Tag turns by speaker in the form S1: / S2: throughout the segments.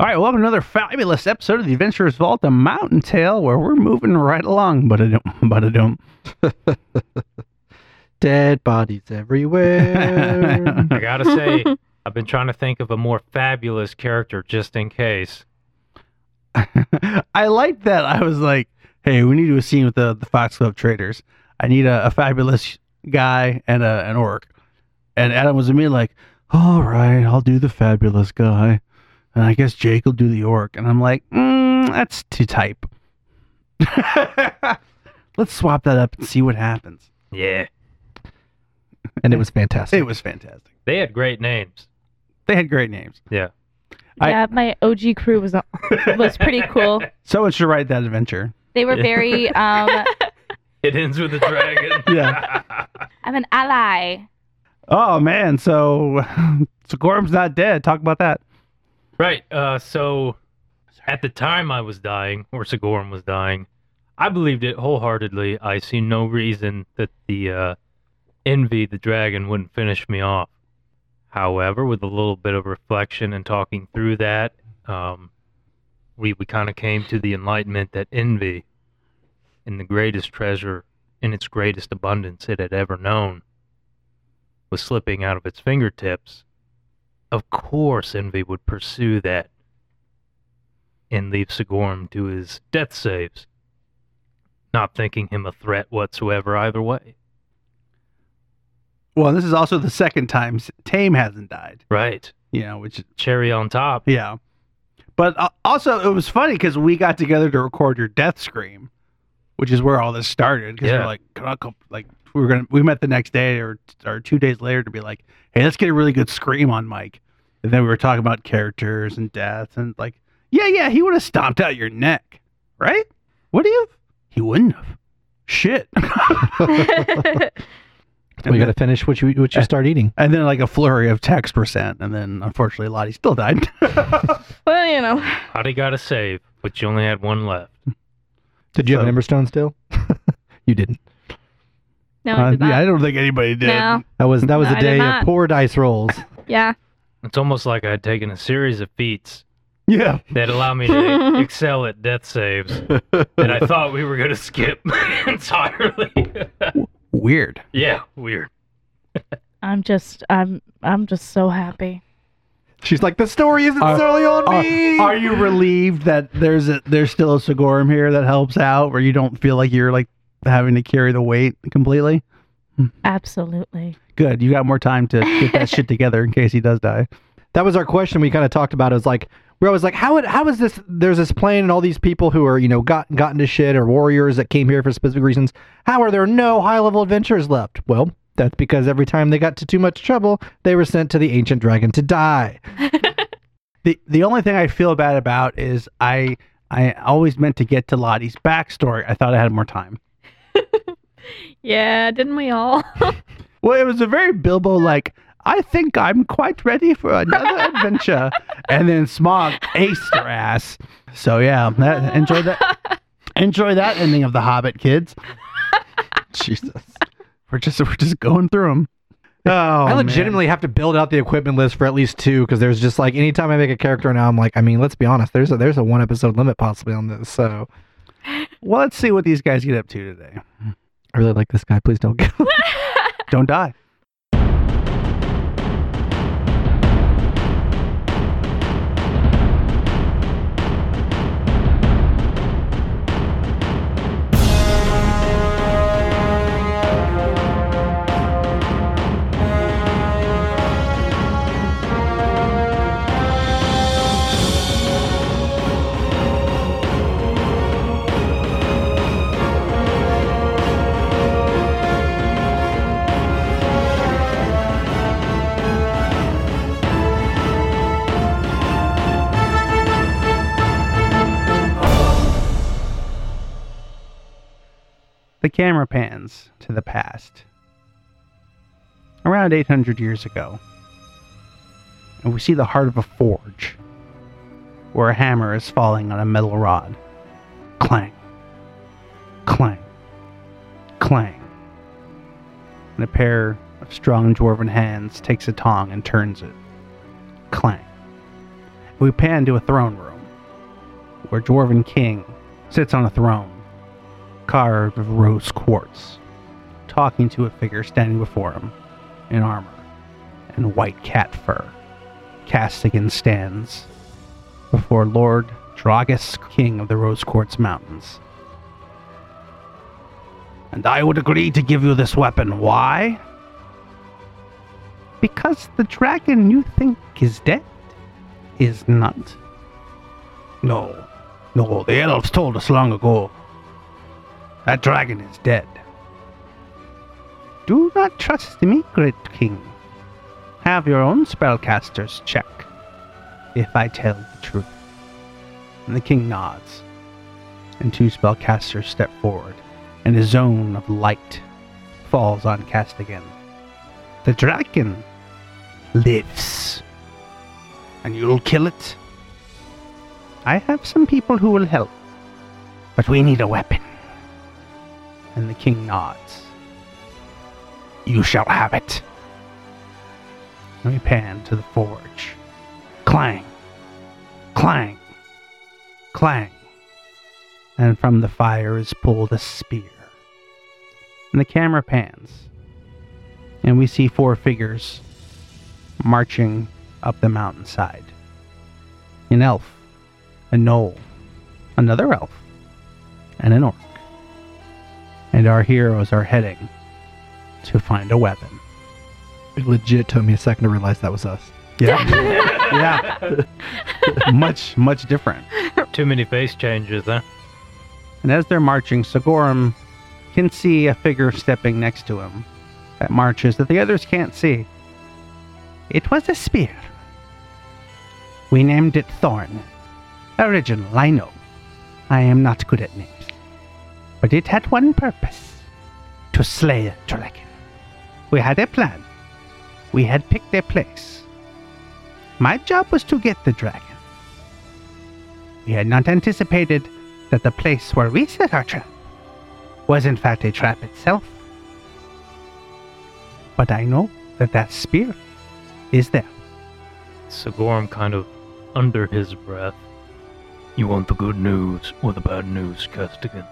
S1: All right, welcome to another fabulous episode of the Adventurers Vault, a mountain tale where we're moving right along. But I don't, but I don't.
S2: Dead bodies everywhere.
S3: I gotta say, I've been trying to think of a more fabulous character just in case.
S1: I liked that. I was like, hey, we need to do a scene with the, the Fox Club traders. I need a, a fabulous guy and a, an orc. And Adam was immediately like, all right, I'll do the fabulous guy. And I guess Jake will do the orc. And I'm like, mm, that's too type. Let's swap that up and see what happens.
S3: Yeah.
S2: and it was fantastic.
S1: It was fantastic.
S3: They had great names.
S1: They had great names. I-
S4: yeah, my OG crew was was pretty cool.
S1: Someone should write that adventure.
S4: They were
S3: Yeah.
S4: very. Um,
S3: It ends with a dragon.
S1: Yeah.
S4: I'm an ally.
S1: Oh man, so so Gorm's not dead. Talk about that.
S3: right. Uh, so, at the time I was dying, or Sigorum was dying, I believed it wholeheartedly. I see no reason that the uh, envy, the dragon, wouldn't finish me off. However, with a little bit of reflection and talking through that, um, we, we kind of came to the enlightenment that envy, in the greatest treasure, in its greatest abundance it had ever known, was slipping out of its fingertips. Of course, envy would pursue that and leave Sigorum to his death saves, not thinking him a threat whatsoever either way.
S1: Well, this is also the second time s- Tame hasn't died.
S3: Right.
S1: You know, which
S3: Cherry on top.
S1: yeah. But uh, also, it was funny because we got together to record your death scream, which is where all this started. Because
S3: Yeah.
S1: we're like, "Can I come-" like we were gonna, we met the next day or or two days later to be like, hey, let's get a really good scream on Mike. And then we were talking about characters and death and like, yeah, yeah, he would have stomped out your neck, right? Would he have? He wouldn't have. Shit.
S2: we got to finish what you what you start eating.
S1: And then like a flurry of text were sent, and then unfortunately Lottie still died.
S4: well, you know.
S3: Hottie got a save, but you only had one left.
S2: Did you have
S1: So-
S2: an Emberstone still? you didn't.
S4: No, I
S1: Uh,
S4: did
S1: yeah, I
S4: not.
S1: don't think anybody did.
S4: No.
S2: That was that was
S4: No,
S2: a
S4: I did
S2: day
S4: not.
S2: of poor dice rolls.
S4: Yeah.
S3: It's almost like I had taken a series of feats
S1: Yeah,
S3: that allow me to excel at death saves that I thought we were going to skip entirely.
S1: weird.
S3: yeah, weird.
S4: I'm just. I'm. I'm just so happy.
S2: She's like, the story isn't
S1: Are-
S2: solely on
S1: Are,
S2: me.
S1: are you relieved that there's a, there's still a Sigorum here that helps out, where you don't feel like you're like having to carry the weight completely?
S4: Absolutely.
S1: Good, you got more time to get that shit together in case he does die.
S2: that was our question we kind of talked about. It was like we're always like, how would how is this? There's this plane and all these people who are you know got gotten to shit or warriors that came here for specific reasons. How are there no high level adventurers left? Well, that's because every time they got to too much trouble, they were sent to the ancient dragon to die.
S1: The the only thing I feel bad about is I I always meant to get to Lottie's backstory. I thought I had more time.
S4: Yeah, didn't we all?
S1: Well, it was a very Bilbo like, I think I'm quite ready for another adventure. And then Smog aced her ass. So yeah, that, enjoy that. Enjoy that ending of The Hobbit, kids.
S2: Jesus.
S1: We're just we're just going through them. Oh,
S2: I
S1: man.
S2: legitimately have to build out the equipment list for at least two because there's just like anytime I make a character now, I'm like, I mean, let's be honest, there's a there's a one episode limit possibly on this. So
S1: Well, let's see what these guys get up to today.
S2: I really like this guy. Please don't go.
S1: Don't die. The camera pans to the past. Around 800 years ago. And we see the heart of a forge where a hammer is falling on a metal rod. Clang. Clang. Clang. And a pair of strong dwarven hands takes a tong and turns it. Clang. We pan to a throne room where Dwarven King sits on a throne carved of rose quartz, talking to a figure standing before him in armor and white cat fur. Castigan stands before Lord Dragus, King of the Rose Quartz Mountains. And I would agree to give you this weapon. Why? Because the dragon you think is dead is not. No, no, the elves told us long ago. That dragon is dead. Do not trust me, great king. Have your own spellcasters check if I tell the truth. And the king nods, and two spellcasters step forward, and a zone of light falls on Castigan. The dragon lives, and you'll kill it. I have some people who will help, but we need a weapon. And the king nods. You shall have it. And we pan to the forge. Clang, clang, clang. And from the fire is pulled a spear. And the camera pans. And we see four figures marching up the mountainside an elf, a gnoll, another elf, and an orc. And our heroes are heading to find a weapon.
S2: It legit took me a second to realize that was us.
S1: Yeah. yeah. much, much different.
S3: Too many face changes, huh?
S1: And as they're marching, Sigorum can see a figure stepping next to him that marches that the others can't see. It was a spear. We named it Thorn. Original, I know. I am not good at names. But it had one purpose to slay a dragon. We had a plan. We had picked a place. My job was to get the dragon. We had not anticipated that the place where we set our trap was in fact a trap itself. But I know that that spear is there.
S3: Sigorum kind of under his breath. You want the good news or the bad news, Castigan?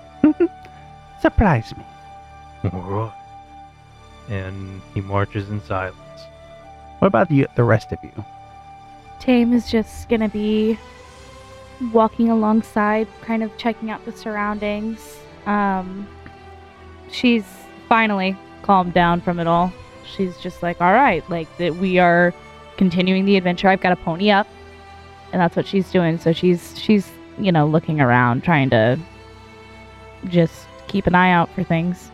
S1: Surprise me.
S3: Alright. And he marches in silence.
S1: What about you, the rest of you?
S4: Tame is just gonna be walking alongside, kind of checking out the surroundings. Um, she's finally calmed down from it all. She's just like, all right, like that we are continuing the adventure. I've got a pony up, and that's what she's doing. So she's she's you know looking around, trying to just keep an eye out for things.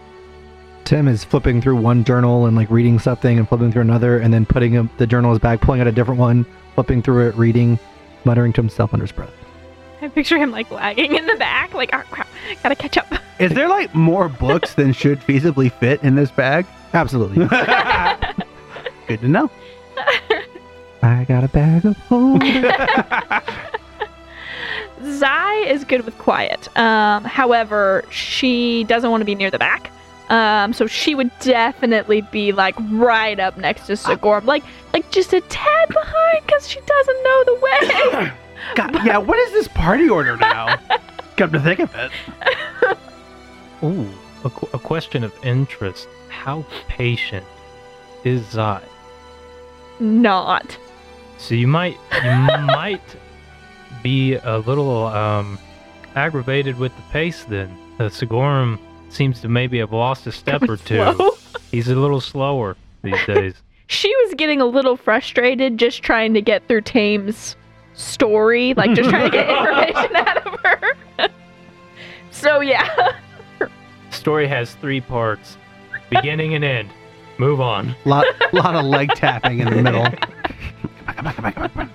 S2: Tim is flipping through one journal and like reading something and flipping through another and then putting up the journal in his bag, pulling out a different one, flipping through it, reading, muttering to himself under his breath.
S5: I picture him like lagging in the back, like, oh crap, gotta catch up.
S1: Is there like more books than should feasibly fit in this bag?
S2: Absolutely.
S1: Good to know.
S2: I got a bag of holding.
S5: Zai is good with quiet. Um, however, she doesn't want to be near the back. Um, so she would definitely be like right up next to Sigorm, like like just a tad behind because she doesn't know the way.
S1: God, yeah, what is this party order now? Come to think of it.
S3: Ooh, a, qu- a question of interest. How patient is Zai?
S5: Not.
S3: So you might you might be a little um, aggravated with the pace. Then uh, Sigorum seems to maybe have lost a step or two.
S5: Slow.
S3: He's a little slower these days.
S5: She was getting a little frustrated just trying to get through Tame's story, like just trying to get information out of her. so yeah,
S3: Story has three parts, beginning and end. Move on.
S1: Lot, lot of leg tapping in the middle. Come on, come on, come on, come on.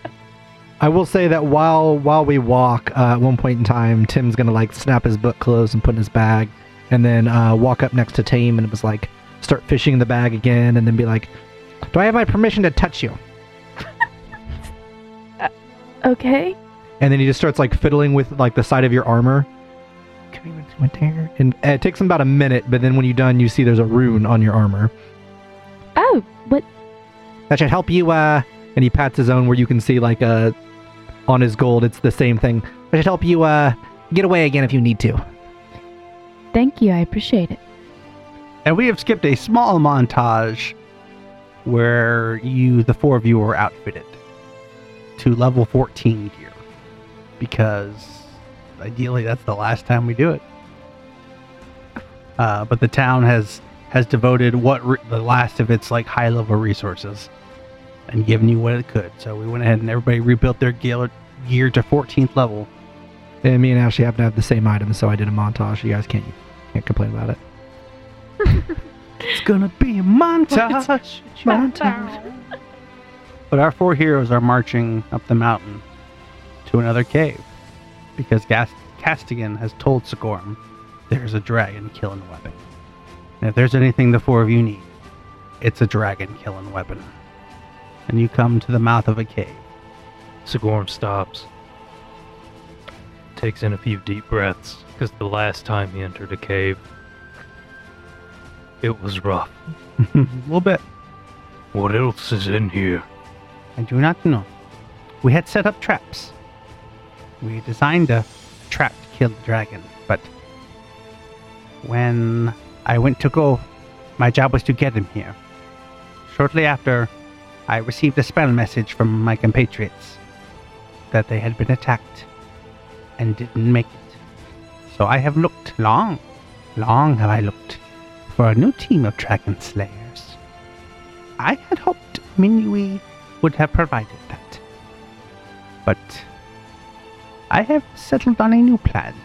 S2: I will say that while while we walk, uh, at one point in time, Tim's gonna like snap his book closed and put in his bag, and then uh, walk up next to Tame and it was like start fishing in the bag again, and then be like, "Do I have my permission to touch you?" Uh,
S4: Okay.
S2: And then he just starts like fiddling with like the side of your armor. Can we went- went there? And uh, it takes him about a minute, but then when you're done, you see there's a rune on your armor.
S4: Oh, what?
S2: That should help you. Uh, and he pats his own where you can see like a on his gold. It's the same thing. I should help you uh, get away again if you need to.
S4: Thank you. I appreciate it.
S1: And we have skipped a small montage where you, the four of you, are outfitted to level 14 gear. Because ideally, that's the last time we do it. Uh, but the town has has devoted what re- the last of its like high level resources and given you what it could. So we went ahead and everybody rebuilt their gear, gear to 14th level.
S2: And me and Ashley happen to have the same item, so I did a montage. You guys can't can't complain about it.
S1: It's gonna be a montage. montage. But our four heroes are marching up the mountain to another cave because Gast- Castigan has told Sigorm there's a dragon killing weapon. And if there's anything the four of you need, it's a dragon killing weapon. And you come to the mouth of a cave.
S3: Sigorm stops, takes in a few deep breaths, because the last time he entered a cave, it was rough.
S1: a little bit.
S3: What else is in here?
S1: I do not know. We had set up traps. We designed a trap to kill the dragon, but when I went to go, my job was to get him here. Shortly after, I received a spell message from my compatriots that they had been attacked and didn't make it. So I have looked long, long have I looked for a new team of dragon slayers. I had hoped Minui would have provided that. But I have settled on a new plan,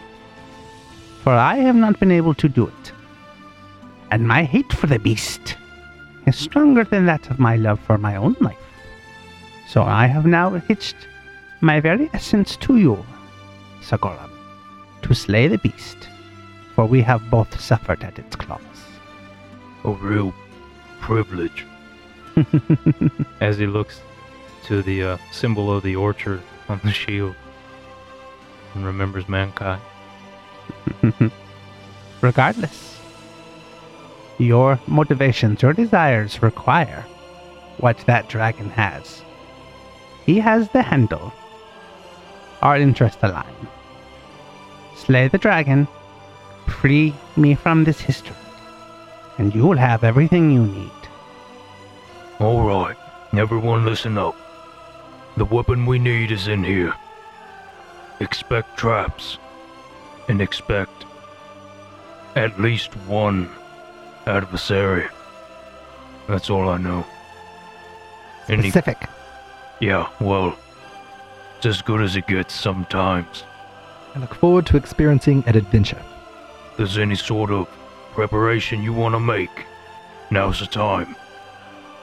S1: for I have not been able to do it. And my hate for the beast is stronger than that of my love for my own life. So I have now hitched my very essence to you, Sagoram, to slay the beast, for we have both suffered at its claws.
S3: A real privilege. As he looks to the uh, symbol of the orchard on the shield and remembers mankind.
S1: Regardless, your motivations, your desires require what that dragon has. He has the handle. Our interests align. Slay the dragon, free me from this history, and you will have everything you need.
S3: All right, everyone listen up. The weapon we need is in here. Expect traps. And expect at least one adversary. That's all I know. Any,
S2: Specific.
S3: yeah, well, it's as good as it gets sometimes.
S2: I look forward to experiencing an adventure.
S3: there's any sort of preparation you want to make, now's the time.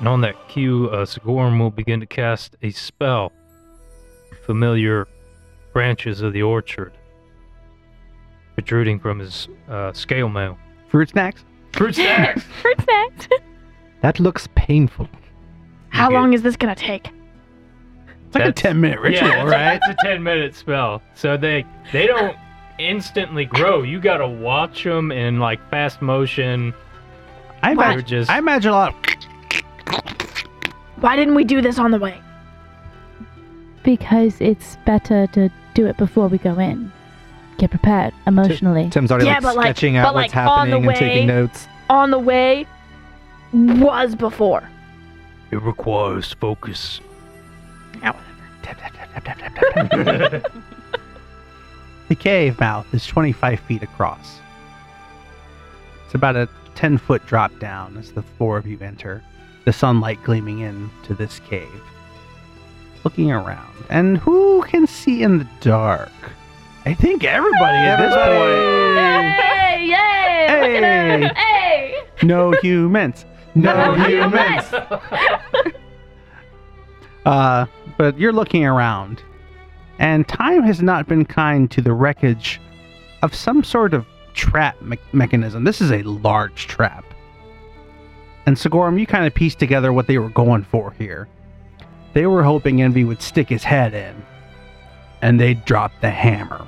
S3: And on that cue, uh, Sigorm will begin to cast a spell. Familiar branches of the orchard protruding from his uh, scale mail.
S1: Fruit snacks?
S3: Fruit snacks!
S5: Fruit snack.
S2: That looks painful.
S5: How
S3: Okay.
S5: long is this gonna take?
S1: It's like
S3: That's-
S1: a 10 minute ritual,
S3: yeah, it's a-
S1: right?
S3: It's a ten minute spell, so they they don't instantly grow. You gotta watch them in like fast motion.
S1: I
S3: They're
S1: imagine,
S3: just
S1: I imagine a lot.
S5: Why didn't we do this on the way?
S4: Because it's better to do it before we go in. Get prepared emotionally.
S2: Tim's already
S5: Yeah,
S2: like,
S5: but, like-
S2: sketching
S5: but,
S2: out what's
S5: like, on the
S2: happening and taking
S5: way-
S2: notes.
S5: On the way was before.
S3: it requires focus.
S1: The cave mouth is 25 feet across. It's about a 10 foot drop down as the four of you enter, the sunlight gleaming into this cave. Looking around, and who can see in the dark? I think everybody at this point.
S5: Hey! Yay! Look at
S1: Hey!
S5: us! Hey!
S1: No humans! No humans! Uh, but you're looking around, and time has not been kind to the wreckage of some sort of trap me- mechanism. This is a large trap. And Sigorum, you kind of pieced together what they were going for here. They were hoping Envy would stick his head in, and they dropped the hammer.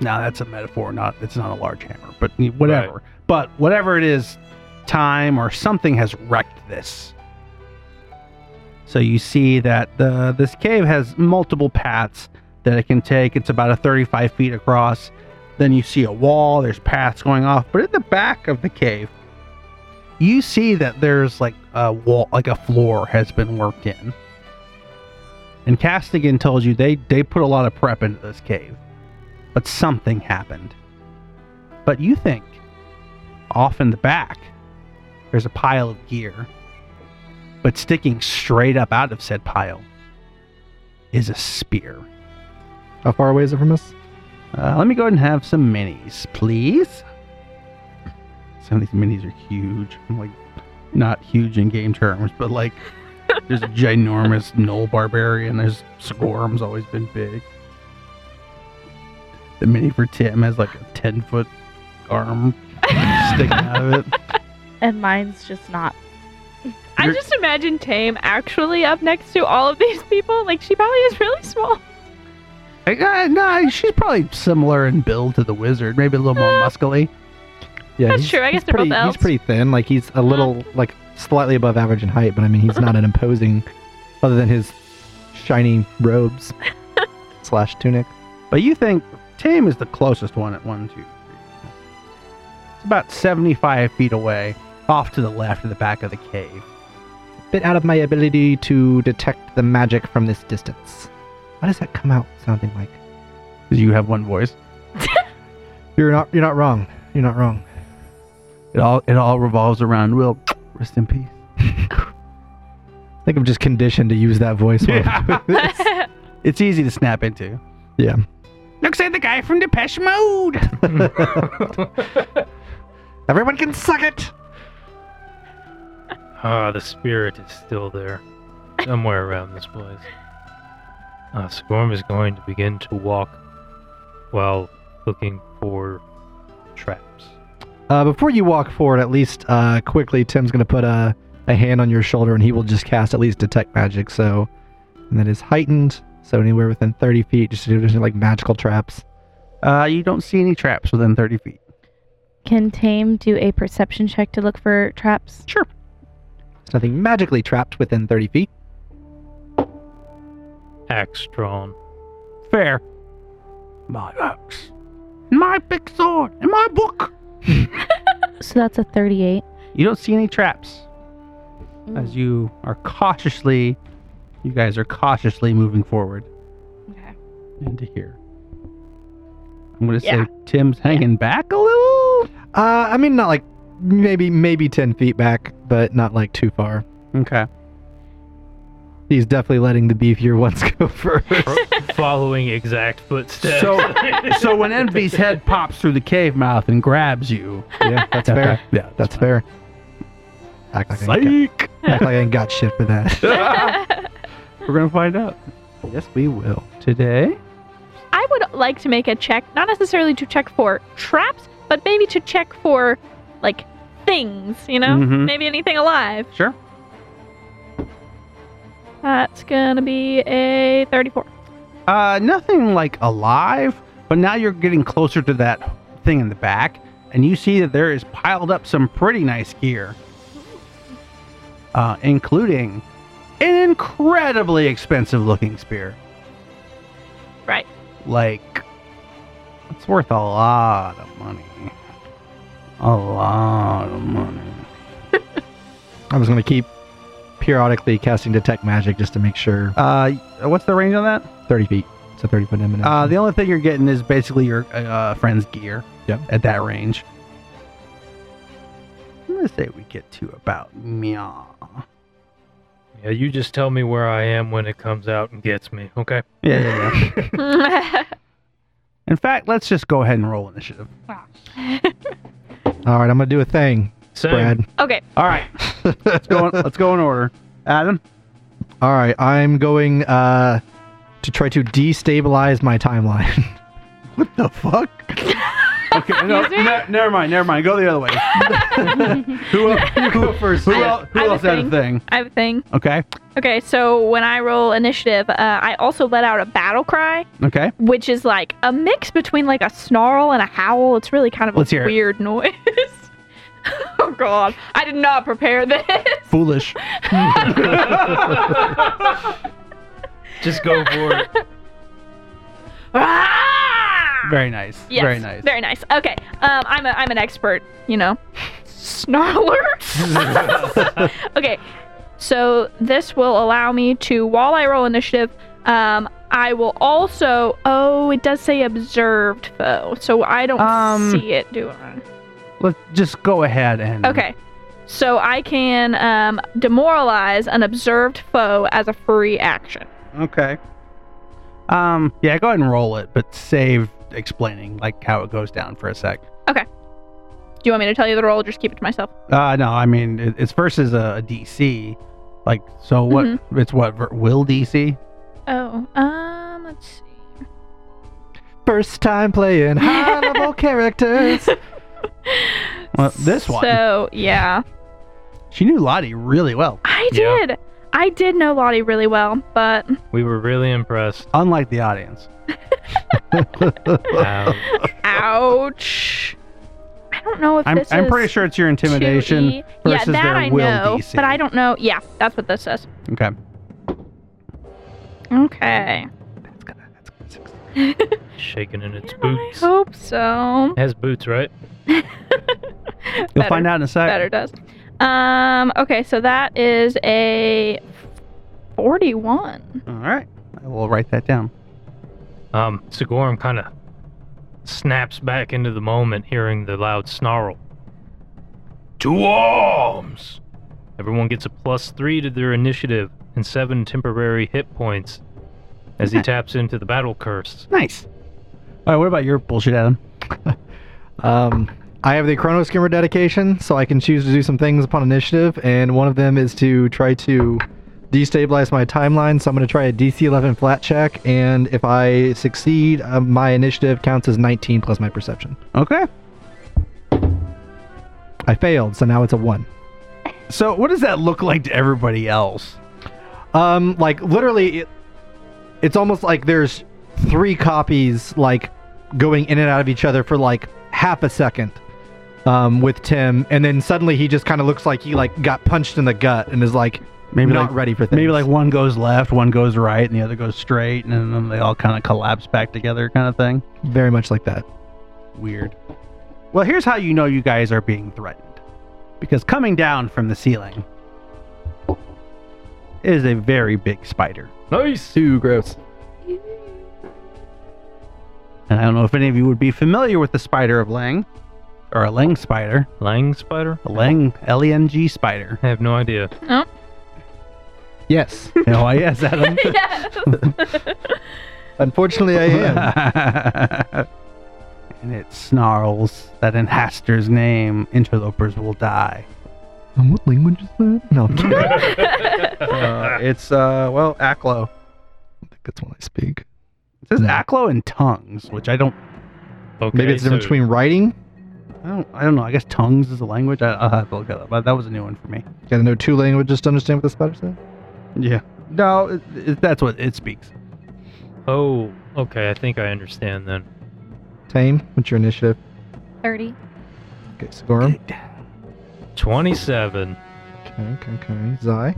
S1: Now that's a metaphor, not it's not a large hammer, but whatever. But whatever it is, time or something has wrecked this So you see that the this cave has multiple paths that it can take. It's about a 35 feet across. Then you see a wall. There's paths going off, but at the back of the cave, you see that there's like a wall, like a floor has been worked in. And Castigan tells you they they put a lot of prep into this cave, but something happened. But you think off in the back, there's a pile of gear. But sticking straight up out of said pile is a spear.
S2: How far away is it from us?
S1: Uh, let me go ahead and have some minis, please. Some of these minis are huge. I'm like, not huge in game terms, but like, there's a ginormous Knoll Barbarian. There's Scorm's always been big. The mini for Tim has like a 10 foot arm sticking out of it.
S4: and mine's just not.
S5: I
S1: You're-
S5: just imagine Tame actually up next to all of these people. Like she probably is really small.
S1: Like, uh, nah, she's probably similar in build to the wizard, maybe a little more muscly.
S2: Yeah,
S5: That's
S2: he's-
S5: true. I guess
S2: he's
S5: they're both
S2: pretty,
S5: elves. Uh-huh.
S2: He's pretty thin. Like he's a little, like slightly above average in height, but I mean, he's not an imposing, other than his shiny robes slash tunic.
S1: But you think Tame is the closest one at one, two, three. four. It's about 75 feet away, off to the left of the back of the cave.
S2: Bit out of my ability to detect the magic from this distance. Why does that come out sounding like?
S1: Because you have one voice.
S2: You're not. You're not wrong. You're not wrong.
S1: It all it all revolves around Will. Rest in peace.
S2: I think I'm just conditioned to use that voice. when I'm doing this.
S1: It's easy to snap into.
S2: yeah.
S1: Looks like the guy from Depeche Mode.
S2: Everyone can suck it.
S3: Ah, the spirit is still there, somewhere around this place. Uh, Scorm is going to begin to walk while looking for traps.
S2: Uh, before you walk forward, at least uh, quickly, Tim's going to put a, a hand on your shoulder and he will just cast at least detect magic. So, and that is heightened. So, anywhere within 30 feet, just to do just like magical traps.
S1: uh, you don't see any traps within 30 feet.
S4: Can Tame do a perception check to look for traps?
S1: Sure.
S2: There's nothing magically trapped within 30 feet.
S3: Axe drawn.
S1: Fair. My axe. My big sword. And my book.
S4: So that's a 38.
S1: You don't see any traps
S5: Mm.
S1: as you are cautiously, you guys are cautiously moving forward
S4: Okay.
S1: into here. I'm gonna
S5: Yeah.
S1: say Tim's hanging back a little.
S2: Uh, I mean, not like maybe, maybe 10 feet back, but not like too far.
S1: Okay.
S2: He's definitely letting the beefier ones go first.
S3: following exact footsteps.
S1: So- So when Envy's head pops through the cave mouth and grabs you,
S2: yeah, that's
S1: Okay.
S2: fair.
S1: Yeah,
S2: That's fair. Act like, I ain't got,
S1: Psych.
S2: act like I ain't got shit for that.
S1: We're gonna find out
S2: yes, we will.
S1: today.
S5: I would like to make a check, not necessarily to check for traps, but maybe to check for like things, you know?
S2: Mm-hmm.
S1: Mhm.
S5: Maybe anything alive.
S1: Sure.
S5: That's gonna be a 34.
S1: Uh, nothing like alive, but now you're getting closer to that thing in the back, and you see that there is piled up some pretty nice gear, uh, including an incredibly expensive looking spear.
S5: Right.
S1: Like, it's worth a lot of money. A lot of money.
S2: I was going to keep periodically casting detect magic just to make sure.
S1: Uh, what's the range on that?
S2: 30 feet. So 30 foot emanation.
S1: Uh, the only thing you're getting is basically your uh, friend's gear.
S2: Yep.
S1: At that range. I'm gonna say we get to about meow.
S3: yeah, you just tell me where I am when it comes out and gets me, okay?
S1: Yeah, yeah, yeah.
S5: That's
S1: In fact, let's just go ahead and roll initiative.
S2: All right, I'm going to do a thing,
S3: Same.
S2: Brad.
S1: All right. let's go. In, let's go in order. Adam.
S2: All right, I'm going uh, to try to destabilize my timeline.
S1: What the fuck? okay. No,
S5: Excuse me?
S1: ne- never mind. Never mind. Go the other way. who else? Who, first? Who,
S5: I-
S1: el- who
S5: I have a
S1: else had a
S5: thing.
S1: thing?
S5: I have a thing.
S1: Okay.
S5: Okay, so when I roll initiative, uh, I also let out a battle cry,
S1: Okay.
S5: which is like a mix between like a snarl and a howl. It's really kind of
S1: Let's
S5: a
S1: hear it.
S5: weird noise. Oh god, I did not prepare this.
S2: Foolish.
S3: Just go for it.
S5: Ah!
S1: Very nice.
S5: Yes,
S1: Very nice.
S5: Very nice. Okay. Um, I'm a, I'm an expert. You know, snarler. okay. So this will allow me to, while I roll initiative, um, I will also. Oh, it does say observed foe, so I don't
S1: Um,
S5: see it doing.
S1: Let's just go ahead and
S5: Okay. So I can um, demoralize an observed foe as a free action.
S1: Okay. Um. Yeah. Go ahead and roll it, but save explaining like how it goes down for a sec.
S5: Do you want me to tell you the roll? Or just keep it to myself.
S1: Uh. No. I mean, it, it's versus a, a DC. Like, so what?
S5: Mhm.
S1: It's what ver- will DC?
S5: Oh, um, let's see.
S2: First time playing high level characters.
S1: Well, this one.
S5: So yeah,
S1: She knew Lottie really well.
S5: I
S3: Yeah.
S5: did. I did know Lottie really well, but
S3: We were really impressed.
S1: Unlike the audience.
S3: Um,
S5: ouch. I don't know if
S1: I'm.
S5: this
S1: I'm
S5: is
S1: pretty sure it's your intimidation
S5: 2E.
S1: versus
S5: yeah, that
S1: their
S5: I
S1: will
S5: know,
S1: DC.
S5: but I don't know. Yeah, that's what this says.
S1: Okay.
S5: Okay.
S3: shaking in its
S5: I
S3: boots.
S5: hope so.
S3: It has boots, right?
S5: You'll
S1: You'll find out in a sec.
S5: Better does. Um. Okay, so that is a forty-one.
S1: All right. I will write that down.
S3: Um, Sigorum kind of snaps back into the moment, hearing the loud snarl. To arms! Everyone gets a plus three to their initiative and seven temporary hit points as he taps into the battle curse.
S1: Nice. All right. What about your bullshit, Adam?
S2: Um, I have the Chrono Skimmer dedication, so I can choose to do some things upon initiative, and one of them is to try to destabilize my timeline. So I'm going to try a DC 11 flat check, and if I succeed, uh, my initiative counts as 19 plus my perception.
S1: Okay.
S2: I failed, so now it's a one.
S1: So what does that look like to everybody else?
S2: Um, like literally, it, it's almost like there's three copies like going in and out of each other for like half a second um, with Tim, and then suddenly he just kind of looks like he like got punched in the gut and is like
S1: Maybe
S2: not
S1: like,
S2: ready for things.
S1: Maybe like one goes left, one goes right, and the other goes straight, and then they all kind of collapse back together, kind of thing.
S2: very much like that.
S1: Weird. Well, here's how you know you guys are being threatened. Because coming down from the ceiling is a very big spider.
S3: Nice!
S2: Too gross.
S1: And I don't know if any of you would be familiar with the spider of Lang, or a Lang spider,
S3: Lang Spider?
S1: a Lang, L E N G spider.
S3: I have no idea.
S2: Yes,
S1: No, I yes, Adam.
S5: yes.
S2: unfortunately I am.
S1: and it snarls that in Haster's name, interlopers will die.
S2: Um, what language is that? No, I'm kidding. I
S1: Uh, it's, uh, well, Aklo.
S2: think that's when I speak.
S1: It says
S2: No.
S1: Aklo in tongues, which I don't,
S3: Okay,
S2: Maybe it's the difference
S3: so-
S2: between writing.
S1: I don't, I don't know. I guess tongues is a language. I, I'll have to look it up. But that was a new one for me.
S2: Got to know two languages to understand what the spider said.
S1: Yeah. No, it, it, that's what it speaks.
S3: Oh, okay, I think I understand then.
S2: Tame, what's your initiative?
S4: 30.
S2: Okay, Sigorum.
S3: 27
S2: Okay, okay, okay. Zai.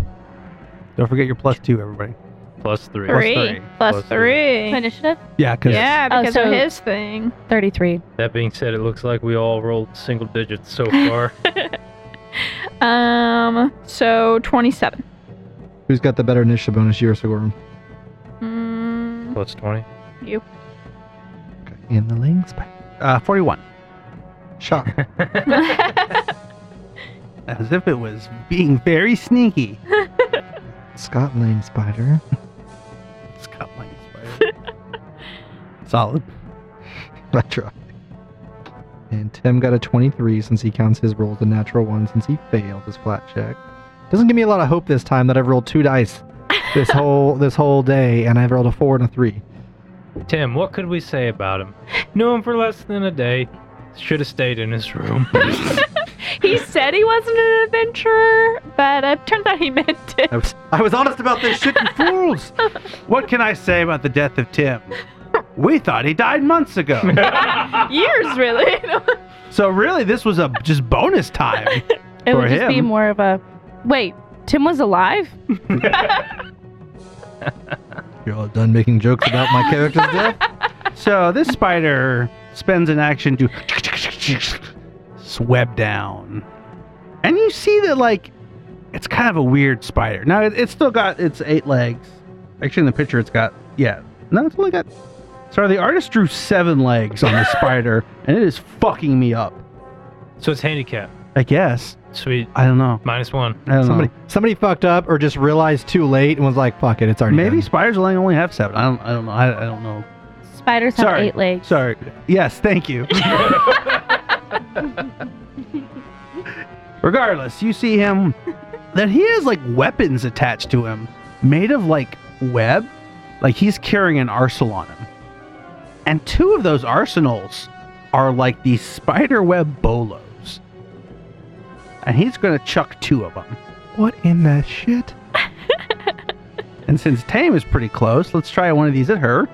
S1: Don't forget your plus two, everybody.
S3: plus three.
S5: Three.
S1: three.
S5: Plus
S3: Plus
S5: three.
S4: Initiative?
S1: Yeah, because
S5: Yeah,
S4: Oh,
S5: because
S4: so-
S5: of his thing.
S4: 33.
S3: That being said, it looks like we all rolled single digits so far.
S5: Um. So twenty-seven.
S2: Who's got the better initiative bonus? You or Sigorum?
S5: Mm,
S3: plus 20.
S2: Okay. And the Lang Spider.
S1: uh, 41.
S2: Shock.
S1: As if it was being very sneaky.
S2: Scott Lang Spider.
S1: It's got like spider. Solid.
S2: Electra. And Tim got a 23 since he counts his rolls a natural one since he failed his flat check. Doesn't give me a lot of hope this time that I've rolled two dice this whole this whole day and I've rolled a four and a three.
S3: Tim, what could we say about him? Knew him for less than a day. Should have stayed in his room.
S5: he said he wasn't an adventurer, but uh, turns out he meant it.
S1: Uh,
S2: I was I was honest about this shit, you fools!
S1: What can I say about the death of Tim? We thought he died months ago.
S5: Years, really.
S1: So really, this was a just bonus time.
S4: It
S1: For
S4: would just be
S1: him.
S4: more of a wait. Tim was alive.
S2: You're all done making jokes about my character's death.
S1: So this spider spends an action to swept down, and you see that like it's kind of a weird spider. Now it, it's still got its eight legs. Actually, in the picture, it's got yeah. No, it's only got. Sorry, the artist drew seven legs on this spider, and it is fucking me up.
S3: So it's handicap.
S1: I guess
S3: Sweet.
S1: I don't know.
S3: Minus one.
S1: I don't
S2: Somebody,
S1: know.
S2: somebody fucked up or just realized too late and was like, "Fuck it, it's already
S1: Maybe
S2: done.
S1: spiders only only have seven. I don't. I don't know. I, I don't know.
S4: Spiders have
S1: Sorry.
S4: eight legs.
S1: Sorry. Yes, thank you. Regardless, you see him that he has like weapons attached to him made of like web. Like he's carrying an arsenal on him. And two of those arsenals are like these spider web bolos. And he's going to chuck two of them.
S2: What in the shit?
S1: And since Tame is pretty close, let's try one of these at her.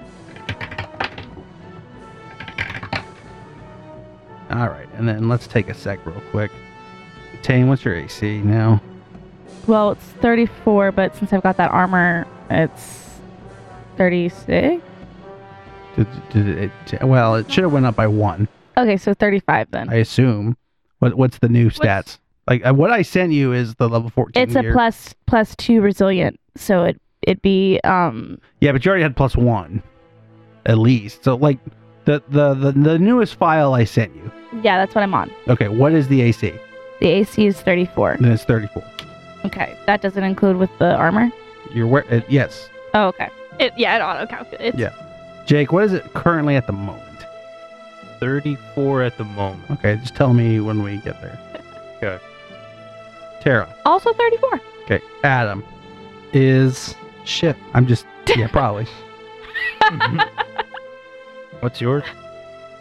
S1: All right, and then let's take a sec real quick. Tame, what's your AC now?
S4: Well, it's 34, but since I've got that armor, it's 36.
S1: Did, did it, well, it should have went up by one,
S4: Okay, so 35 then.
S1: I assume. What what's the new stats? Like uh, what I sent you is the level fourteen.
S4: it's a
S1: here.
S4: plus plus two resilient, so it it'd be um
S1: Yeah, but you already had plus one, at least. So like the the the, the newest file I sent you.
S4: yeah, that's what I'm on.
S1: Okay, what is the AC?
S4: The AC is 34.
S1: Then it's thirty four.
S4: Okay, that doesn't include with the armor.
S1: You're where? Uh, yes,
S4: Oh, okay.
S5: It, yeah, it auto calculates.
S1: Yeah. Jake, what is it currently at the moment?
S3: 34 at the moment.
S1: Okay, just tell me when we get there.
S3: Okay.
S1: Tara.
S5: Also 34.
S1: Okay. Adam.
S2: Is shit.
S1: I'm just yeah, probably.
S3: What's yours?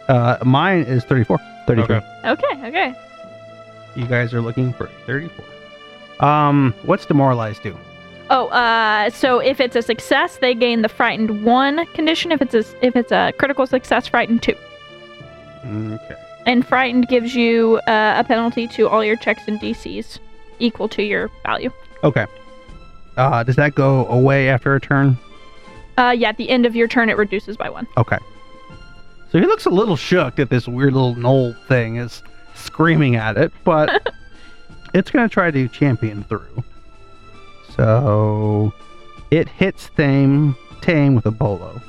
S1: Uh mine is 34.
S2: 34.
S5: Okay, okay.
S1: You guys are looking for 34. Um what's demoralized do?
S5: Oh, uh, so if it's a success, they gain the frightened one condition. If it's a, if it's a critical success, frightened two.
S1: Okay.
S5: And frightened gives you uh, a penalty to all your checks and DCs equal to your value.
S1: Okay. Uh does that go away after a turn?
S5: Uh, yeah, at the end of your turn, it reduces by one.
S1: Okay. So he looks a little shook that this weird little knoll thing is screaming at it, but it's going to try to champion through. So it hits Tame, Tame with a bolo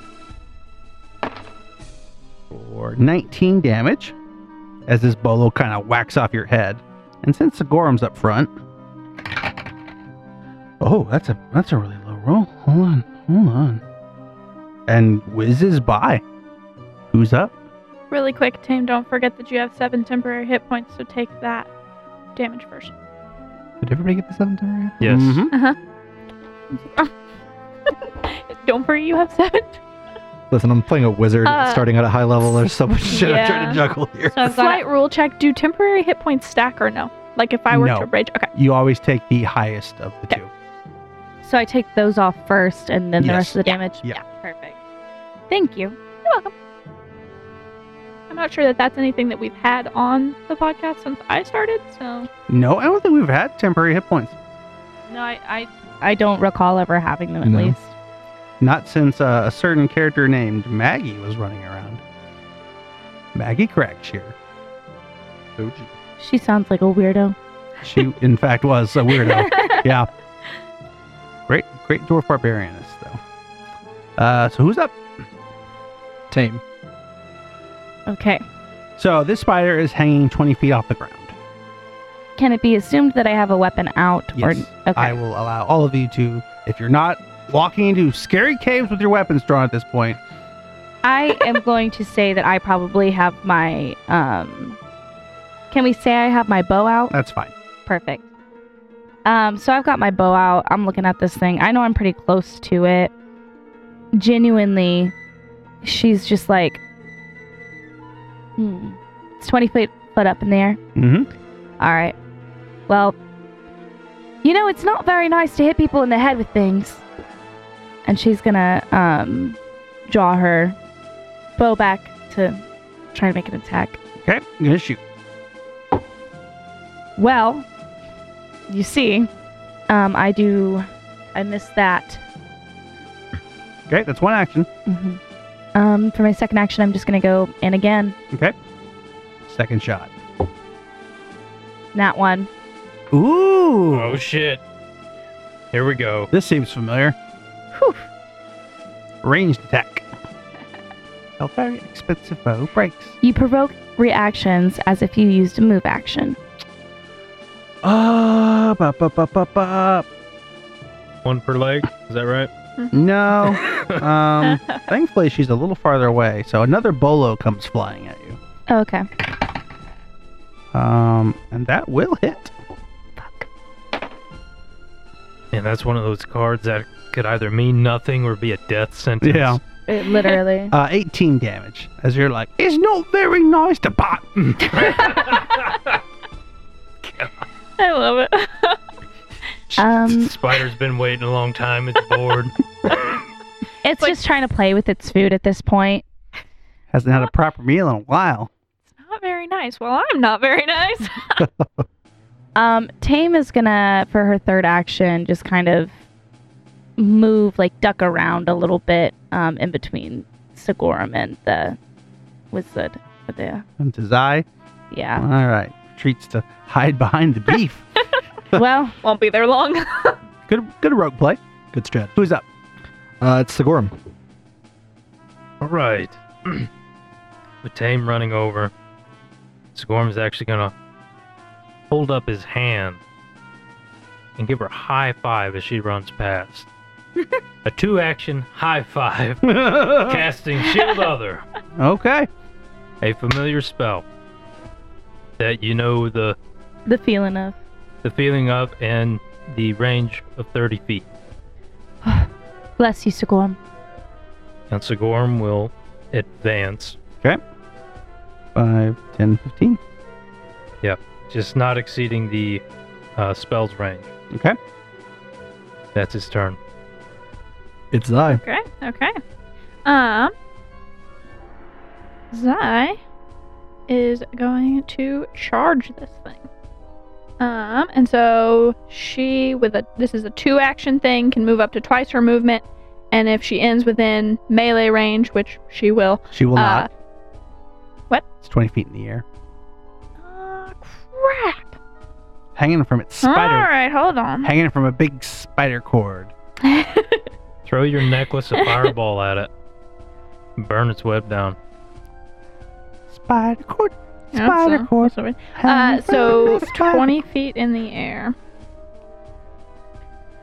S1: for 19 damage as this bolo kind of whacks off your head. And since the Gorum's up front, oh, that's a that's a really low roll. Hold on, hold on and whizzes by. Who's up?
S5: Really quick, Tame, don't forget that you have seven temporary hit points, so take that damage first.
S2: Did everybody get the seven turn?
S3: Yes.
S1: Mhm.
S5: Don't worry, you have seven.
S2: Listen, I'm playing a wizard
S5: Uh,
S2: starting at a high level. There's so much shit I'm trying
S5: yeah.
S2: to juggle here.
S4: So I've got
S5: Slight rule check. Do temporary hit points stack or no? Like if I were
S1: No.
S5: to rage. Okay.
S1: You always take the highest of the
S5: Okay.
S1: two.
S4: so I take those off first and then the
S1: Yes.
S4: rest of the damage.
S1: Yeah.
S4: Perfect. Thank you.
S5: I'm not sure that that's anything that we've had on the podcast since I started. So
S1: No, I don't think we've had temporary hit points.
S4: No, I I, I don't recall ever having them at
S2: No.
S4: least.
S1: Not since uh, a certain character named Maggie was running around. Maggie Crackshear.
S4: She sounds like a weirdo.
S1: She, in fact, was a weirdo. yeah. Great, great dwarf barbarianist, though. Uh, so who's up?
S2: Tame.
S4: Okay.
S1: So this spider is hanging 20 feet off the ground.
S4: Can it be assumed that I have a weapon out?
S1: Yes,
S4: Or, okay.
S1: I will allow all of you to, if you're not walking into scary caves with your weapons drawn at this point,
S4: I am going to say that I probably have my um can we say I have my bow out?
S1: that's fine.
S4: Perfect. Um so I've got my bow out. I'm looking at this thing. I know I'm pretty close to it. Genuinely she's just like hmm. It's 20 foot foot up in the air.
S1: Mm-hmm.
S4: All right. Well, you know, it's not very nice to hit people in the head with things. And she's gonna um, draw her bow back to try and make an attack.
S1: Okay, I'm gonna shoot.
S4: Well, you see, um, I do. I miss that.
S1: Okay, that's one action.
S4: hmm Um, for my second action, I'm just gonna go in again.
S1: Okay. Second shot.
S4: That one.
S1: Ooh.
S3: Oh shit. Here we go.
S1: This seems familiar.
S4: Whew.
S1: Ranged attack. A very expensive bow breaks.
S4: You provoke reactions as if you used a move action.
S1: Ah, ba, ba, ba, ba, ba.
S3: One per leg. Is that right?
S1: No. um, thankfully, she's a little farther away, so another bolo comes flying at you.
S4: Oh, okay.
S1: Um, and that will hit.
S4: Fuck.
S3: And that's one of those cards that could either mean nothing or be a death sentence.
S1: Yeah.
S4: It literally.
S1: Uh, 18 damage. As you're like, it's not very nice to bot.
S5: I love it.
S4: Um,
S3: Spider's been waiting a long time. It's bored.
S4: it's
S5: like-
S4: just trying to play with its food at this point.
S1: Hasn't had a proper meal in a while.
S5: not very nice. Well, I'm not very nice.
S4: Um, Tame is gonna, for her third action, just kind of move, like duck around a little bit, um, in between Sigorum and the wizard. But there,
S1: And to Zai, all
S4: yeah.
S1: right, treats to hide behind the beef.
S4: well,
S5: Won't be there long.
S1: good, good rogue play.
S2: Good strat.
S1: Who's up?
S2: Uh, it's Sigorum.
S3: All right. With Tame running over, Scorm's actually going to hold up his hand and give her a high five as she runs past. a two action high five, casting Shield Other,
S1: okay.
S3: a familiar spell that you know the,
S4: the feeling of
S3: the feeling of and the range of 30 feet.
S4: bless you, Sigorum.
S3: And Sigorm will advance,
S1: Five, ten, fifteen.
S3: just not exceeding the uh, spell's range.
S1: Okay.
S3: That's his turn.
S2: It's Zai.
S5: Okay, okay. Um, Zai is going to charge this thing. Um, and so she with a this is a two action thing can move up to twice her movement, and if she ends within melee range, which she will.
S1: She will
S5: Uh,
S1: not.
S5: what?
S1: It's 20 feet in the air.
S5: Ah, crap!
S1: Hanging from its
S5: All
S1: spider.
S5: right, hold on.
S1: Hanging from a big spider cord.
S3: Throw your necklace of fireball at it. Burn its web down.
S1: Spider cord.
S5: Yeah, that's
S1: Spider
S5: a-
S1: cord.
S5: that's a way-
S1: hanging
S5: Uh,
S1: from
S5: so
S1: the spider-
S5: 20 feet in the air.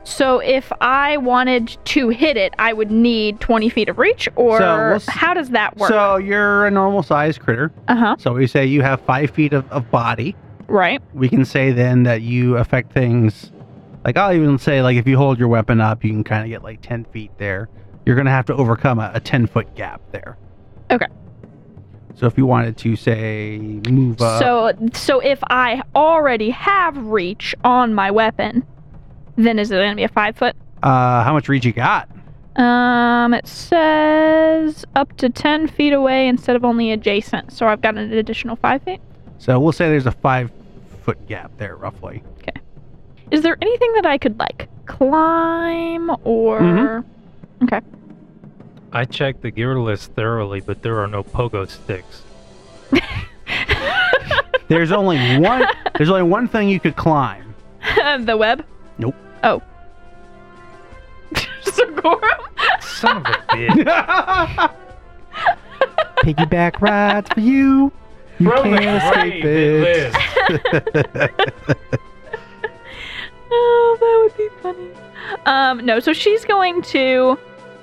S5: So if I wanted to hit it, I would need 20 feet of reach, or
S1: So we'll s-
S5: how does that work?
S1: So you're a normal sized critter.
S5: uh huh.
S1: So we say you have five feet of, of body.
S5: Right.
S1: We can say then that you affect things. Like I'll even say like if you hold your weapon up, you can kind of get like 10 feet there. You're gonna have to overcome a, a 10 foot gap there.
S5: Okay.
S1: So if you wanted to say move up.
S5: so so if I already have reach on my weapon, then is it going to be a five foot?
S1: Uh, how much reach you got?
S5: Um, it says up to 10 feet away instead of only adjacent. So I've got an additional five feet.
S1: So we'll say there's a five foot gap there, roughly.
S5: Is there anything that I could like climb or?
S1: Mhm.
S3: I checked the gear list thoroughly, but there are no pogo sticks.
S1: There's only one. there's only one thing you could climb.
S5: the web?
S1: Mm-hmm. Nope.
S5: Oh. Sigorum?
S3: Son of a bitch.
S2: Piggyback rides for you. You
S3: From the
S2: can't escape
S3: grave,
S2: it.
S3: it lives.
S5: Oh, that would be funny. Um, no, so she's going to,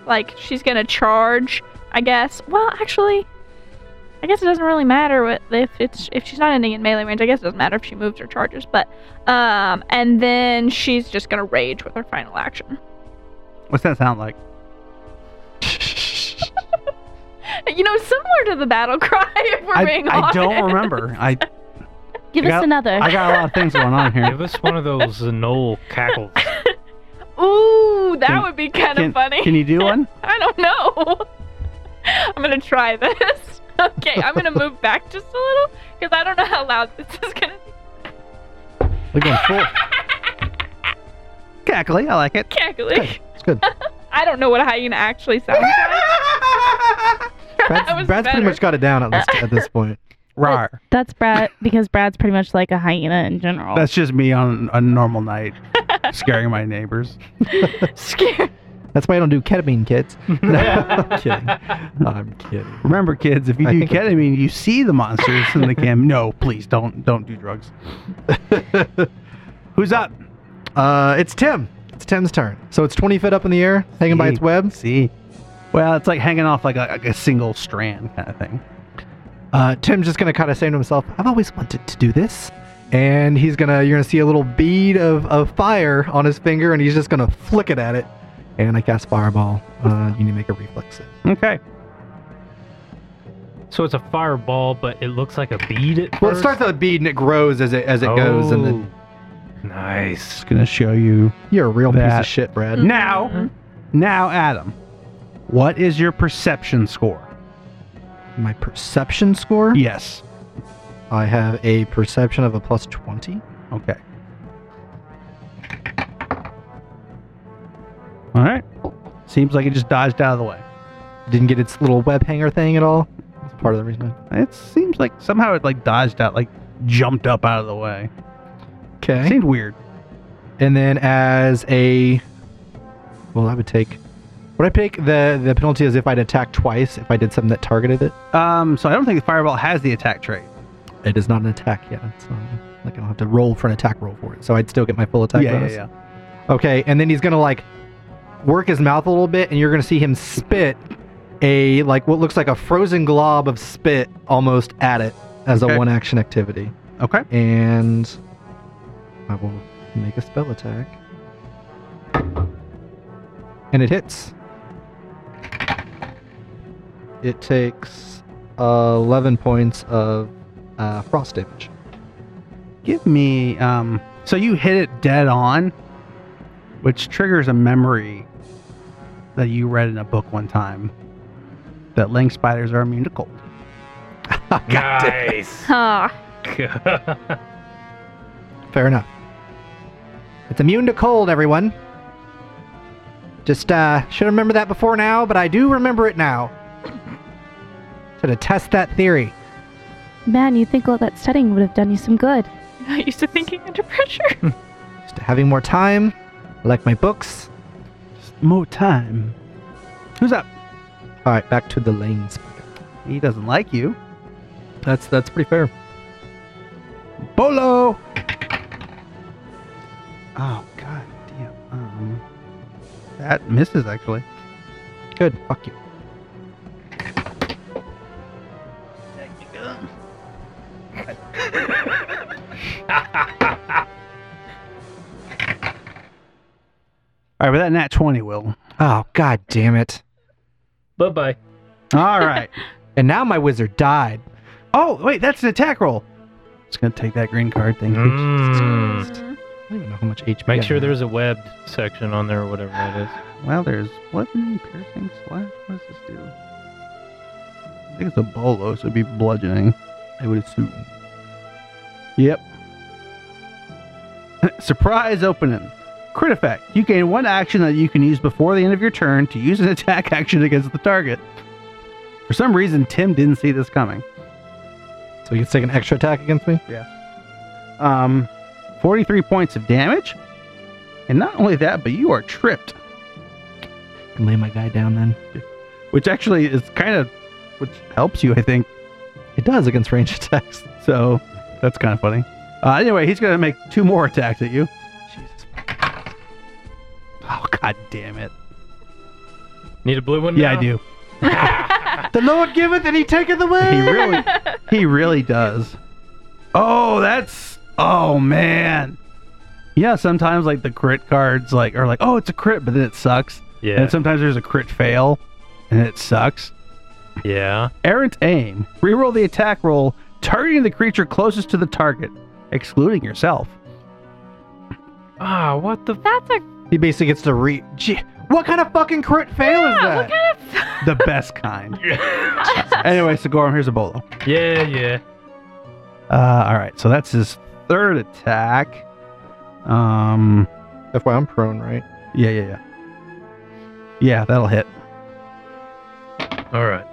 S5: like, she's gonna charge, I guess. Well, actually, I guess it doesn't really matter what if it's if she's not ending in melee range. I guess it doesn't matter if she moves or charges, but um, and then she's just gonna rage with her final action.
S1: What's that sound like?
S5: You know, similar to the battle cry. If we're
S1: I,
S5: being
S1: I don't
S5: honest.
S1: remember. I
S4: Give
S1: I
S4: us
S1: got-
S4: another.
S1: I got a lot of things going on here.
S3: Give us one of those Knoll cackles.
S5: Ooh, that
S1: Can-
S5: would be kind of funny.
S1: Can you do one?
S5: I don't know. I'm gonna try this. Okay, I'm gonna move back just a little because I don't know how loud this is gonna be.
S2: We're going full.
S1: Cackly, I like it.
S5: cackling.
S2: It's good.
S5: I don't know what a hyena actually sounds like. That
S2: Brad's,
S5: was
S2: Brad's pretty
S5: better.
S2: much got it down at this, at this point.
S1: Rar.
S4: That's Brad because Brad's pretty much like a hyena in general.
S1: That's just me on a normal night, scaring my neighbors.
S5: Scared.
S2: That's why I don't do ketamine, kids. No, I'm kidding. I'm kidding.
S1: Remember, kids, if you
S2: I
S1: do
S2: think-
S1: ketamine, you see the monsters in the cam. No, please don't don't do drugs. Who's up?
S2: Uh, it's Tim. It's Tim's turn. So it's 20 feet up in the air, hanging by its
S1: See.
S2: web.
S1: See, well, it's like hanging off like a, like a single strand kind of thing.
S2: Uh, Tim's just gonna kind of say to himself, "I've always wanted to do this," and he's gonna you're gonna see a little bead of, of fire on his finger, and he's just gonna flick it at it. And I cast fireball. Uh, you need to make a reflex. save.
S1: Okay.
S3: So it's a fireball, but it looks like a bead at
S2: Well, it
S3: first?
S2: starts with a bead and it grows as it as it goes, and then
S3: Oh, Nice.
S1: Just gonna show you
S2: you're a real piece
S1: Oh. That-
S2: of shit, Brad.
S5: Mm.
S1: now. Now, Adam, what is your perception score?
S2: My perception score.
S1: Yes.
S2: I have a perception of a plus twenty.
S1: Okay. All right. Seems like it just dodged out of the way.
S2: Didn't get its little web hanger thing at all. That's part of the reason.
S1: It seems like somehow it like dodged out, like jumped up out of the way.
S2: Okay.
S1: Seemed weird.
S2: And then as a well, I would take would I pick the the penalty as if I'd attack twice if I did something that targeted it?
S1: Um, so I don't think the fireball has the attack trait.
S2: It is not an attack yet. It's not, like I don't have to roll for an attack roll for it, so I'd still get my full attack bonus. Okay, and then he's gonna like work his mouth a little bit, and you're gonna see him spit a like what looks like a frozen glob of spit almost at it as
S1: Okay.
S2: a one action activity,
S1: Okay.
S2: and I will make a spell attack, and it hits. It takes uh, 11 points of uh, frost damage.
S1: Give me. Um, so you hit it dead on, which triggers a memory that you read in a book one time that link spiders are immune to cold.
S3: nice.
S5: Huh.
S2: Fair enough. It's immune to cold, everyone. Just uh, should remember that before now, but I do remember it now. Should have test that theory.
S4: Man, you think all that studying would have done you some good.
S5: Not used to thinking under pressure.
S2: Just having more time. I like my books.
S1: More time. Who's up?
S2: All right, back to the lanes.
S1: He doesn't like you.
S2: That's that's pretty fair.
S1: Bolo. Oh god damn. Um, that misses actually.
S2: Good. Fuck you.
S1: All right, but that nat twenty will.
S2: Oh god damn it!
S3: bye bye.
S1: All right.
S2: And now my wizard died.
S1: oh wait, that's an attack roll. It's gonna take that green card thing.
S5: Mm.
S2: I don't even know how much HP.
S3: Make
S2: I
S3: sure
S2: have.
S3: there's a webbed section on there or whatever that is.
S1: Well, there's bludgeoning, piercing, slash. What does this do? I think it's a bolo, so it'd be bludgeoning. I would assume. Yep. Surprise opening. Crit effect. You gain one action that you can use before the end of your turn to use an attack action against the target. For some reason, Tim didn't see this coming.
S2: So you can take an extra attack against me.
S1: Um, 43 points of damage. And not only that, but you are tripped.
S2: I can lay my guy down then.
S1: Which actually is kind of, which helps you, I think.
S2: It does against range attacks.
S1: So that's kind of funny. Uh, anyway, he's going to make two more attacks at you.
S2: Jesus.
S1: Oh, god damn it.
S3: Need a blue one?
S1: Yeah,
S3: now?
S1: I do.
S2: The Lord giveth and He taketh away.
S1: He really, he really does. Oh, that's, oh man. Yeah, sometimes like the crit cards like are like, oh, it's a crit, but then it sucks.
S3: Yeah.
S1: And sometimes there's a crit fail, and it sucks.
S3: yeah.
S1: Errant aim. Reroll the attack roll, targeting the creature closest to the target, excluding yourself.
S3: Ah, what the?
S5: That's a
S2: He basically gets to re. Gee, what kind of fucking crit fail is
S5: yeah,
S2: that?
S5: what kind of
S1: The best kind.
S3: yeah,
S1: anyway, Sigorum, here's a bolo.
S3: yeah.
S1: Uh, all right, so that's his third attack. Um,
S2: That's why I'm prone, right?
S1: yeah, yeah, yeah. Yeah, that'll hit.
S3: All right.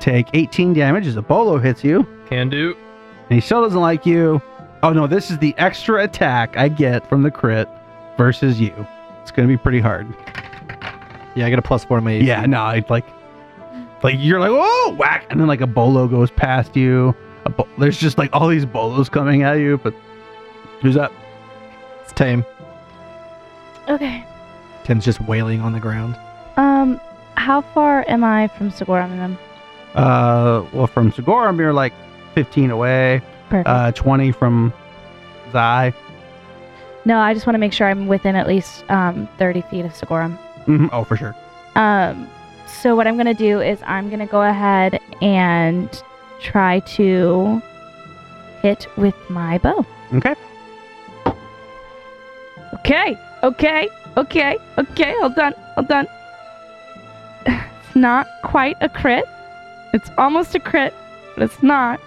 S1: Take 18 damage as a bolo hits you,
S3: Can do.
S1: and he still doesn't like you. Oh no, this is the extra attack I get from the crit versus you. It's gonna be pretty hard.
S2: Yeah, I get a plus four in my AC.
S1: Yeah, no, I'd like, like you're like, oh, whack, and then like a bolo goes past you. A bo- there's just like all these bolos coming at you, but who's up?
S2: It's Tim.
S4: Okay.
S2: Tim's just wailing on the ground.
S4: Um, how far am I from Sigorum and them?
S1: Uh, well, from Sigorum, you're like 15 away,
S4: Perfect.
S1: uh, 20 from Zai.
S4: no, I just want to make sure I'm within at least um 30 feet of Sigorum.
S1: Mhm, Oh, for sure.
S4: Um, so what I'm gonna do is I'm gonna go ahead and try to hit with my bow.
S1: Okay.
S4: Okay, okay, okay, okay. Hold on, hold on. It's not quite a crit. It's almost a crit, but it's not.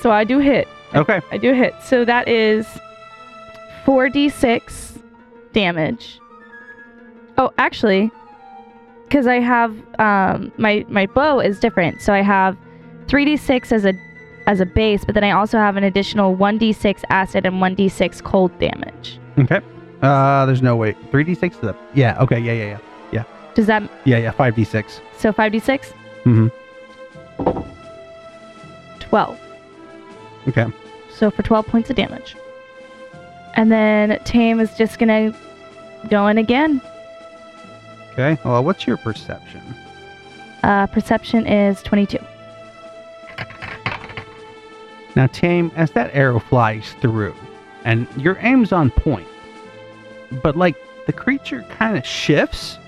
S4: So I do hit.
S1: Okay.
S4: I do hit. So that is 4d6 damage. Oh, actually, because I have um, my my bow is different. So I have 3d6 as a as a base, but then I also have an additional 1d6 acid and 1d6 cold damage.
S1: Okay. Uh, there's no wait. 3d6 to the. Yeah. Okay. Yeah. Yeah. Yeah.
S4: Does that
S1: Yeah. Yeah. 5d6.
S4: so 5d6?
S1: Mhm.
S4: 12.
S1: Okay.
S4: So for 12 points of damage. And then Tame is just going to go in again.
S1: Okay. Well, what's your perception?
S4: Uh, perception is 22.
S1: Now, Tame, as that arrow flies through, and your aim's on point, but like the creature kind of shifts,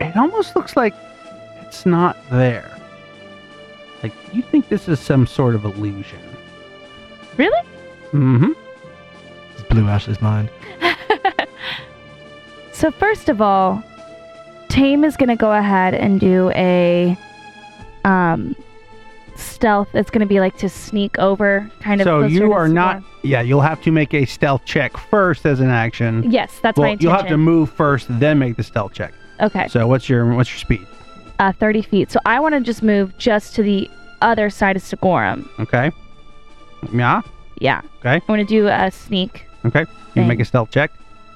S1: it almost looks like it's not there. Like you think this is some sort of illusion.
S4: Really?
S1: Mm-hmm.
S2: It's blew Ashley's mind.
S4: So first of all, Tame is gonna go ahead and do a um stealth. It's gonna be like to sneak over, kind of.
S1: So
S4: closer
S1: you
S4: to
S1: are not.
S4: Swan.
S1: Yeah, you'll have to make a stealth check first as an action.
S4: Yes, that's my
S1: well,
S4: intention.
S1: you'll have to move first, then make the stealth check.
S4: Okay,
S1: So what's your what's your speed?
S4: uh, thirty feet. So I want to just move just to the other side of Sigorum.
S1: Okay. Yeah.
S4: Yeah.
S1: Okay.
S4: I want to do a sneak.
S1: Okay. You
S4: Thing.
S1: make a stealth check.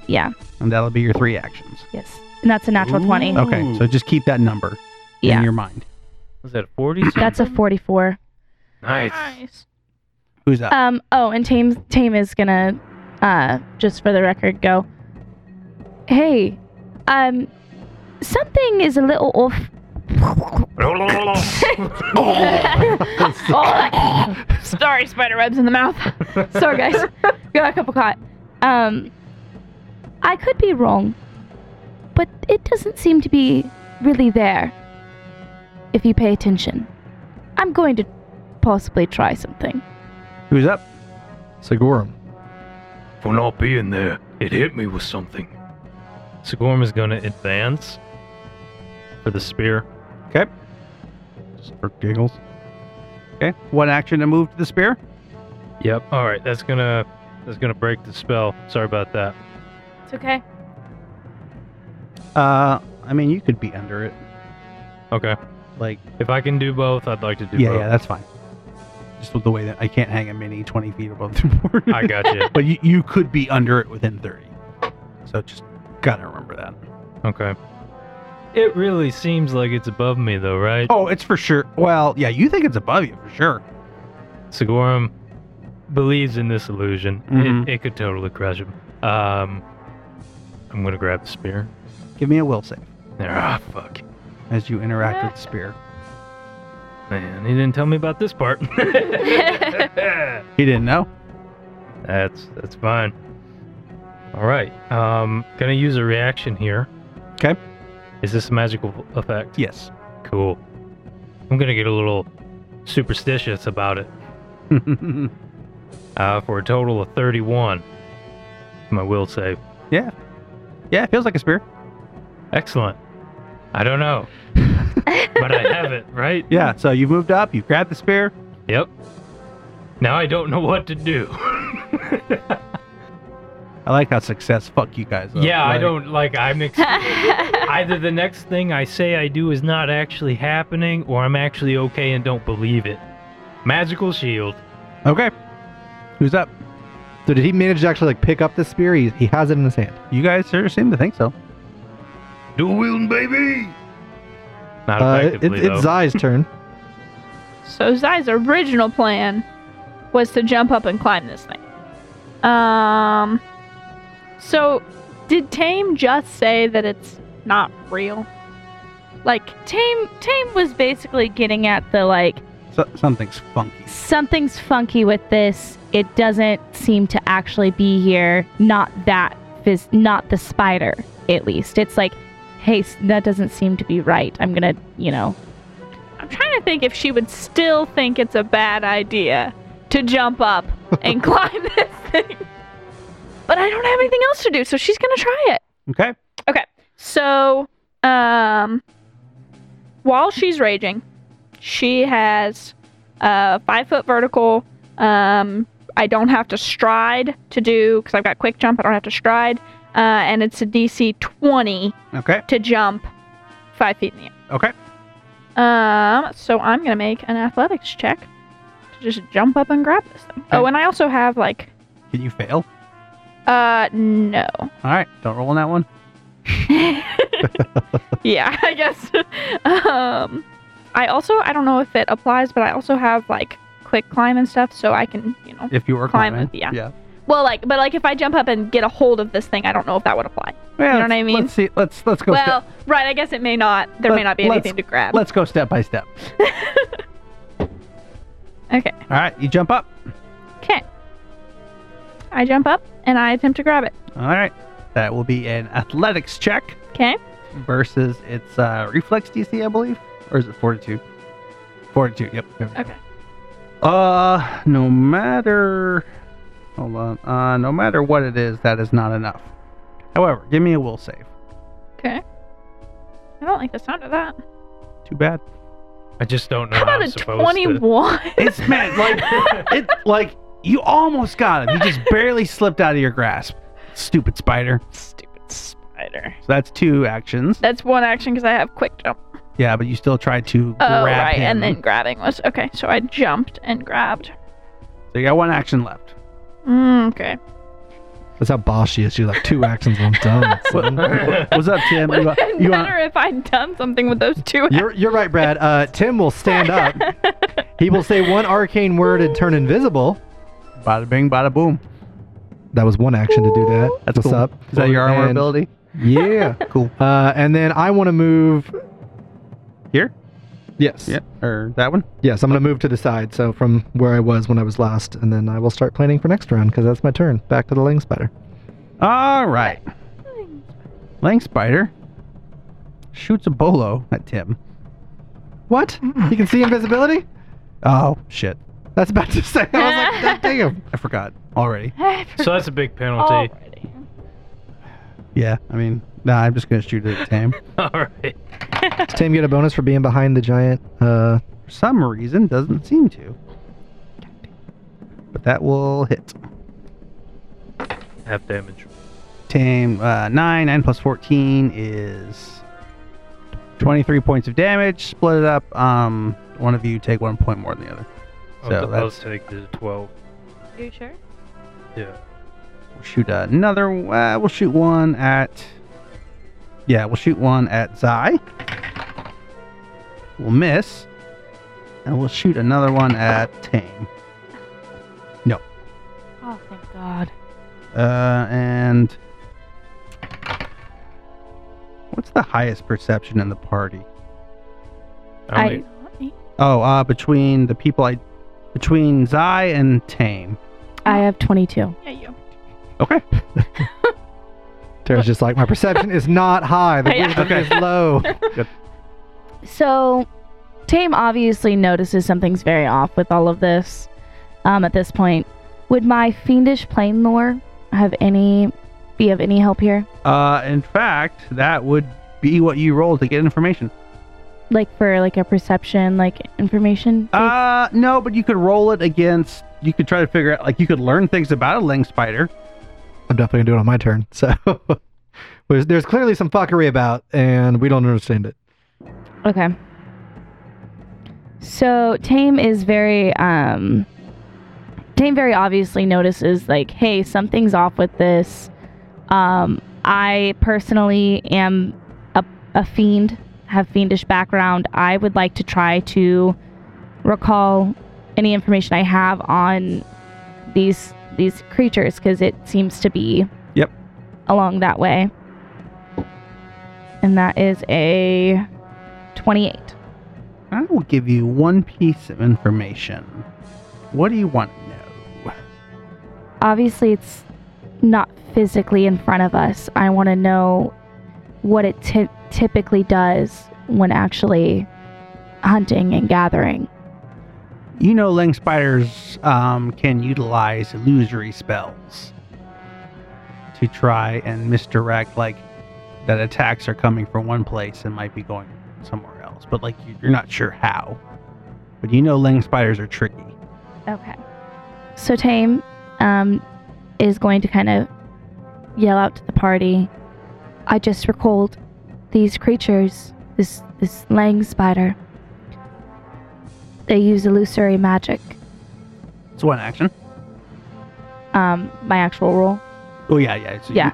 S4: Yeah.
S1: and that'll be your three actions.
S4: Yes. And that's a natural
S3: Ooh.
S4: twenty.
S1: Okay,
S3: Ooh.
S1: so just keep that number
S4: Yeah.
S1: in your mind.
S3: Was that 40?
S4: That's a forty-four.
S3: nice.
S5: Nice.
S1: Who's up?
S4: Um. Oh, and Tame Tame is gonna, uh, just for the record, go. Hey, um, something is a little off.
S5: Sorry, spider webs in the mouth.
S4: Sorry, guys, got a couple caught. Um, I could be wrong, but it doesn't seem to be really there. If you pay attention, I'm going to possibly try something.
S1: Who's up?
S2: Sigurum.
S3: For not being there, it hit me with something. Sigorm is going to advance for the spear.
S1: Okay. Just for giggles. Okay, one action to move to the spear.
S3: Yep. All right, that's gonna that's gonna break the spell. Sorry about that.
S4: It's okay.
S1: Uh, I mean, you could be under it.
S3: Okay.
S1: Like,
S3: If I can do both, I'd like to do
S1: yeah, yeah,
S3: both.
S1: that's fine. Just with the way that I can't hang a mini twenty feet above the board.
S3: I got you.
S1: but you, you could be under it within thirty. So just gotta remember that.
S3: Okay. It really seems like it's above me though, right?
S1: Oh, it's for sure. Well, yeah, you think it's above you for sure.
S3: Sigorum believes in this illusion.
S1: Mhm.
S3: It, it could totally crush him. Um, I'm gonna grab the spear.
S1: Give me a will save
S3: There, ah, fuck,
S1: as you interact with the spear.
S3: man, he didn't tell me about this part.
S1: He didn't know.
S3: that's that's fine. All right, um, gonna use a reaction here.
S1: 'Kay.
S3: Is this a magical effect?
S1: Yes.
S3: Cool. I'm gonna get a little superstitious about it. Uh, for a total of 31. My will save.
S1: Yeah, it feels like a spear.
S3: Excellent. I don't know, but I have it, right?
S1: Yeah, so you've moved up, you've grabbed the spear.
S3: Yep. Now I don't know what to do.
S1: I like how success fuck you guys. Up.
S3: yeah, I
S1: Like,
S3: don't like. I'm ex- either the next thing I say I do is not actually happening, or I'm actually okay and don't believe it. Magical shield.
S1: Okay, who's up?
S2: So did he manage to actually like pick up the spear? He, he has it in his hand.
S1: You guys sure seem to think so. Dual wielding, baby.
S3: Not
S2: Uh, it,
S3: effectively
S2: it's
S3: though.
S2: Zai's turn.
S5: So Zai's original plan was to jump up and climb this thing. Um. So, did Tame just say that it's not real? Like,
S4: Tame Tame was basically getting at the like
S1: So, something's funky.
S4: something's funky with this. It doesn't seem to actually be here. Not that phys- not the spider at least. It's like, hey, s- that doesn't seem to be right. I'm gonna, you know,
S5: I'm trying to think if she would still think it's a bad idea to jump up and climb this thing. But I don't have anything else to do, so she's gonna try it.
S1: Okay.
S5: So, um, while she's raging, she has a five foot vertical. Um, I don't have to stride to do because I've got quick jump. I don't have to stride, uh, and it's a DC 20
S1: Okay.
S5: to jump five feet in the air.
S1: Okay.
S5: Um, so I'm gonna make an athletics check to just jump up and grab this thing. Oh,
S1: Okay.
S5: and I also have like,
S1: Can you fail?
S5: uh, no.
S1: All right. Don't roll on that one.
S5: yeah, I guess. um, I also I don't know if it applies, but I also have like quick climb and stuff, so I can you know.
S1: If you were
S5: Climb
S1: climbing.
S5: with- yeah.
S1: Yeah.
S5: Well, like, but like if I jump up and get a hold of this thing, I don't know if that would apply.
S1: Well,
S5: know
S1: let's-
S5: what I mean?
S1: Let's see. Let's let's go.
S5: Well, right, I guess it may not. There may
S1: Let-
S5: not be
S1: let's-
S5: anything to grab.
S1: step, let's go step by step.
S5: Okay.
S1: All right. You jump up.
S5: Okay. I jump up and I attempt to grab it.
S1: All right. That will be an athletics check
S5: Okay.
S1: versus its uh, reflex DC, I believe, or is it fortitude? Fortitude. Yep.
S5: Okay.
S1: Uh, no matter. Hold on. Uh, no matter what it is, that is not enough. However, give me a will save.
S5: Okay. I don't like the sound of that.
S1: Too bad.
S3: I just don't know
S5: How
S3: how,
S5: about
S3: I'm
S5: a
S3: supposed to.
S5: 21?
S1: It's meant like it like you almost got him. He just barely slipped out of your grasp. Stupid spider.
S5: Stupid spider.
S1: So that's two actions.
S5: That's one action because I have quick jump.
S1: Yeah, but you still tried to grab
S5: Oh, right.
S1: him.
S5: And then grabbing was okay. So I jumped and grabbed.
S1: So you got one action left.
S5: Mm, okay.
S2: That's how boss she is. She's like two actions and I'm done. son."
S1: What's up, Tim?
S5: Would
S1: You,
S5: it
S1: Uh, you
S5: matter
S1: want,
S5: if I'd done something with those two?
S2: you're you're right, Brad. Uh, Tim will stand up. He will say one arcane word and turn invisible.
S1: bada bing, bada boom.
S2: That was one action to do that.
S1: That's
S2: what's
S1: cool.
S2: up.
S1: Is that your armor
S2: And-
S1: ability?
S2: Yeah.
S1: Cool.
S2: Uh, and then I want to move.
S1: Here?
S2: Yes.
S1: Yeah. Or that one?
S2: Yes, I'm going to move to the side. So from where I was when I was last, and then I will start planning for next round because that's my turn. Back to the Ling Spider.
S1: All right. Lang Spider shoots a bolo at Tim.
S2: What? You can see invisibility?
S1: Oh, shit.
S2: That's about to say. I was like, God damn.
S1: I forgot already.
S3: So that's a big penalty.
S5: Alrighty.
S1: Yeah, I mean, nah, I'm just going to shoot it at Tim.
S5: Oh.
S3: All right.
S2: Does Tim get a bonus for being behind the giant? Uh,
S1: For some reason, doesn't seem to. But that will hit.
S3: Half damage.
S1: Tim, uh, 9, 9 plus 14 is 23 points of damage. Split it up. Um, one of you take one point more than the other.
S3: I'll,
S1: So
S3: I'll
S1: that's-
S3: take the 12.
S5: You sure?
S3: Yeah.
S1: We'll shoot another. Uh, we'll shoot one at. Yeah, we'll shoot one at Zai. We'll miss, and we'll shoot another one at Tame.
S4: oh thank God.
S1: Uh, and what's the highest perception in the party?
S4: I-
S3: only-
S1: Oh, uh, between the people I, between Zai and Tame.
S4: I have 22.
S5: Yeah, you.
S1: Okay.
S2: Tara's just like, my perception is not high. The
S5: Yeah.
S2: wisdom is low.
S4: So, Tame obviously notices something's very off with all of this. Um, at this point, would my fiendish plane lore have any be of any help here?
S1: Uh, in fact, that would be what you roll to get information.
S4: Like for like a perception, like information.
S1: Uh, no, but you could roll it against. You could try to figure out, like, you could learn things about a Ling spider.
S2: I'm definitely gonna do it on my turn. So there's, there's clearly some fuckery about, and we don't understand it.
S4: Okay. So Tame is very um Tame very obviously notices like, hey, something's off with this. Um I personally am a, a fiend, have fiendish background. I would like to try to recall any information I have on these these creatures because it seems to be
S1: Yep.
S4: along that way. And that is a 28.
S1: I will give you one piece of information. What do you want to know?
S4: Obviously, it's not physically in front of us. I want to know what it ty- typically does when actually hunting and gathering.
S1: You know, Lang spiders um, can utilize illusory spells to try and misdirect, like that attacks are coming from one place and might be going somewhere else, but like you- you're not sure how. But you know, Lang spiders are tricky.
S4: Okay. So Tame um, is going to kind of yell out to the party. I just recalled these creatures, this this lang spider. They use illusory magic.
S1: It's one action.
S4: Um, my actual rule.
S1: Oh yeah, yeah, it's,
S4: Yeah.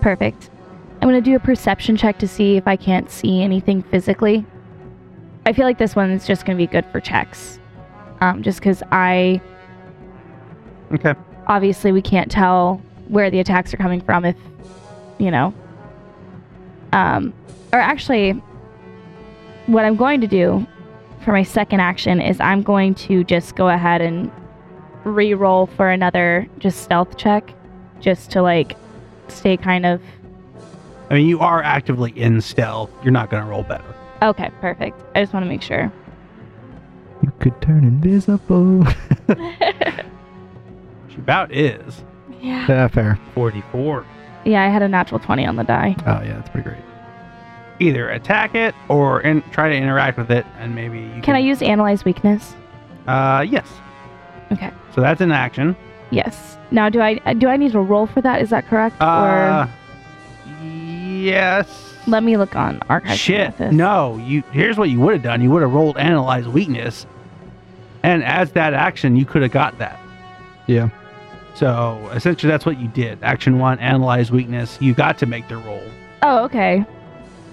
S4: Perfect. I'm gonna do a perception check to see if I can't see anything physically. I feel like this one is just gonna be good for checks, um, just because I
S1: Okay.
S4: obviously we can't tell where the attacks are coming from if you know um or actually what i'm going to do for my second action is i'm going to just go ahead and re-roll for another just stealth check just to like stay kind of
S1: I mean, you are actively in stealth. You're not gonna roll better.
S4: okay perfect i just want to make sure
S2: You could turn invisible.
S1: Which about is.
S5: yeah.
S2: yeah, fair.
S3: 44.
S4: yeah i had a natural 20 on the die
S2: Oh yeah, that's pretty great.
S1: either attack it or in, try to interact with it, and maybe you can.
S4: can i use analyze weakness
S1: Uh, yes.
S4: Okay.
S1: So that's an action.
S4: yes now do i do i need to roll for that is that correct
S1: Uh, yes.
S4: Let me look on archive.
S1: Shit. No. You. Here's what you would have done. You would have rolled analyze weakness, and as that action, you could have got that.
S2: Yeah.
S1: So essentially, that's what you did. Action one, analyze weakness. You got to make the roll.
S4: Oh, okay.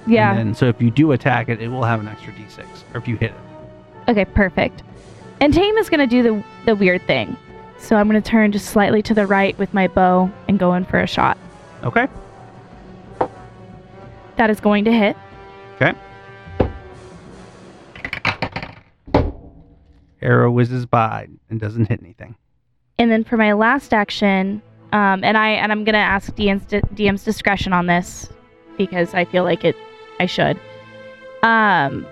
S1: And
S4: Yeah.
S1: then, so if you do attack it, it will have an extra d6, or if you hit it.
S4: okay, perfect. And Tame is gonna do the the weird thing. So I'm gonna turn just slightly to the right with my bow and go in for a shot.
S1: Okay.
S4: That is going to hit.
S1: Arrow whizzes by and doesn't hit anything.
S4: And then for my last action, um, and I and I'm gonna ask DM's, di- DM's discretion on this because I feel like it. I should. Um,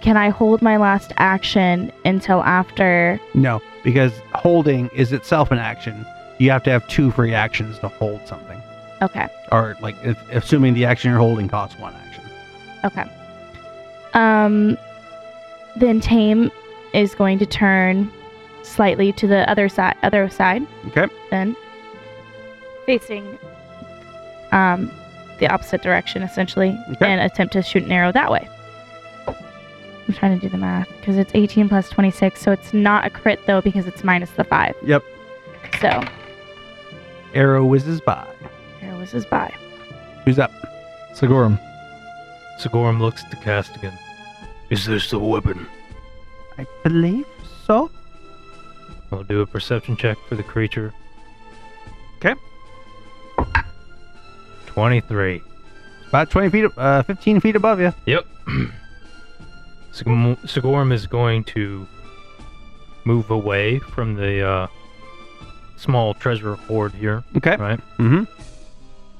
S4: can I hold my last action until after?
S1: No, because holding is itself an action. You have to have two free actions to hold something,
S4: Okay.
S1: or like if, assuming the action you're holding costs one action.
S4: Okay. Um, then Tame is going to turn slightly to the other side. Other side.
S1: Okay.
S4: Then facing um, the opposite direction, essentially,
S1: Okay.
S4: and attempt to shoot an arrow that way. I'm trying to do the math because it's 18 plus 26, so it's not a crit though because it's minus the five.
S1: Yep.
S4: So
S1: Arrow whizzes by.
S4: arrow was his by.
S1: Who's up?
S2: Sigorum.
S3: Sigorum looks to Castigan. Is this the weapon?
S1: I believe so.
S3: I'll do a perception check for the creature.
S1: 'Kay.
S3: 23.
S1: About 20 feet, uh, 15 feet above you.
S3: Yep. Sigm- Sigorum is going to move away from the uh, small treasure hoard here,
S1: Okay.
S3: right?
S1: Mm-hmm.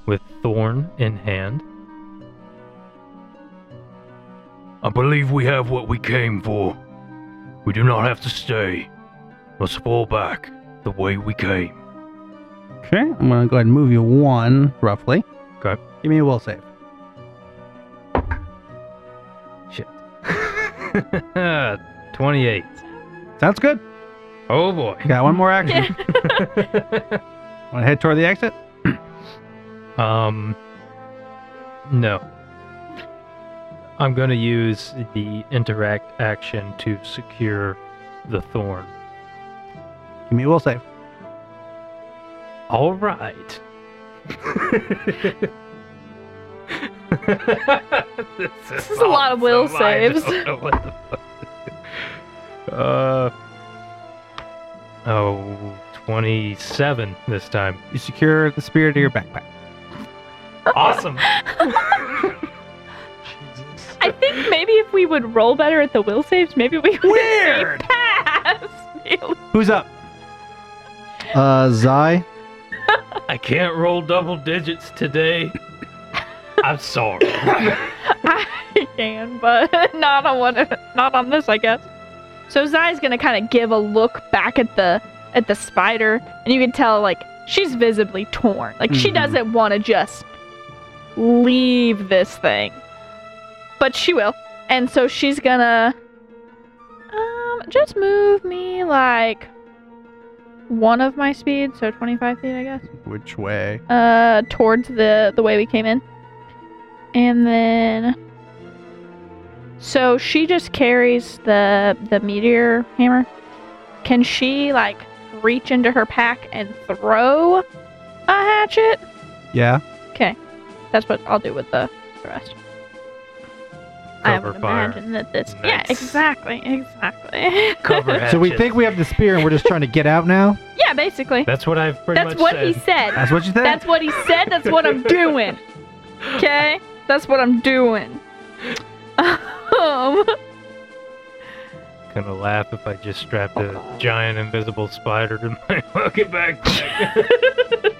S3: With Thorn in hand. I believe we have what we came for. We do not have to stay. Let's fall back the way we came.
S1: Okay. I'm gonna go ahead and move you one, roughly.
S3: Okay.
S1: Give me a will save.
S3: Shit. 28.
S1: Sounds good.
S3: Oh boy.
S1: Got one more action. Want to head toward the exit?
S3: Um, no. I'm going to use the interact action to secure the thorn.
S1: Give me a will save.
S3: All right.
S5: This is a lot of will
S3: awesome. I don't
S5: saves.
S3: know what the fuck. Uh, oh, 27 this time.
S1: You secure the spear to your backpack.
S3: Awesome.
S5: I think maybe if we would roll better at the will saves, maybe we would
S1: Weird.
S5: say pass.
S1: Who's up?
S2: Uh, Zai.
S3: I can't roll double digits today. I'm sorry.
S5: I can, but not on one, not on this, I guess. So Zai's gonna kind of give a look back at the at the spider, and you can tell like she's visibly torn. Like she
S1: Mhm.
S5: doesn't want to just leave this thing, but she will. And so she's gonna um just move me like one of my speed, so 25 feet, I guess
S1: Which way?
S5: uh towards the the way we came in and then so she just carries the the meteor hammer can she like reach into her pack and throw a hatchet
S1: Yeah.
S5: okay that's what i'll do with the, the rest i
S3: Cover
S5: would
S3: fire.
S5: imagine that this yeah
S3: Nice.
S5: exactly exactly
S3: Cover
S2: So we
S3: hatchet.
S2: think we have the spear and we're just trying to get out now.
S5: yeah basically
S3: That's what I've pretty
S5: that's
S3: much
S5: what
S3: said.
S5: he said
S1: That's what you think?
S5: That's what he said. That's what I'm doing. Okay? That's what I'm doing. Um,
S3: Gonna laugh if I just strapped a giant invisible spider to my fucking backpack.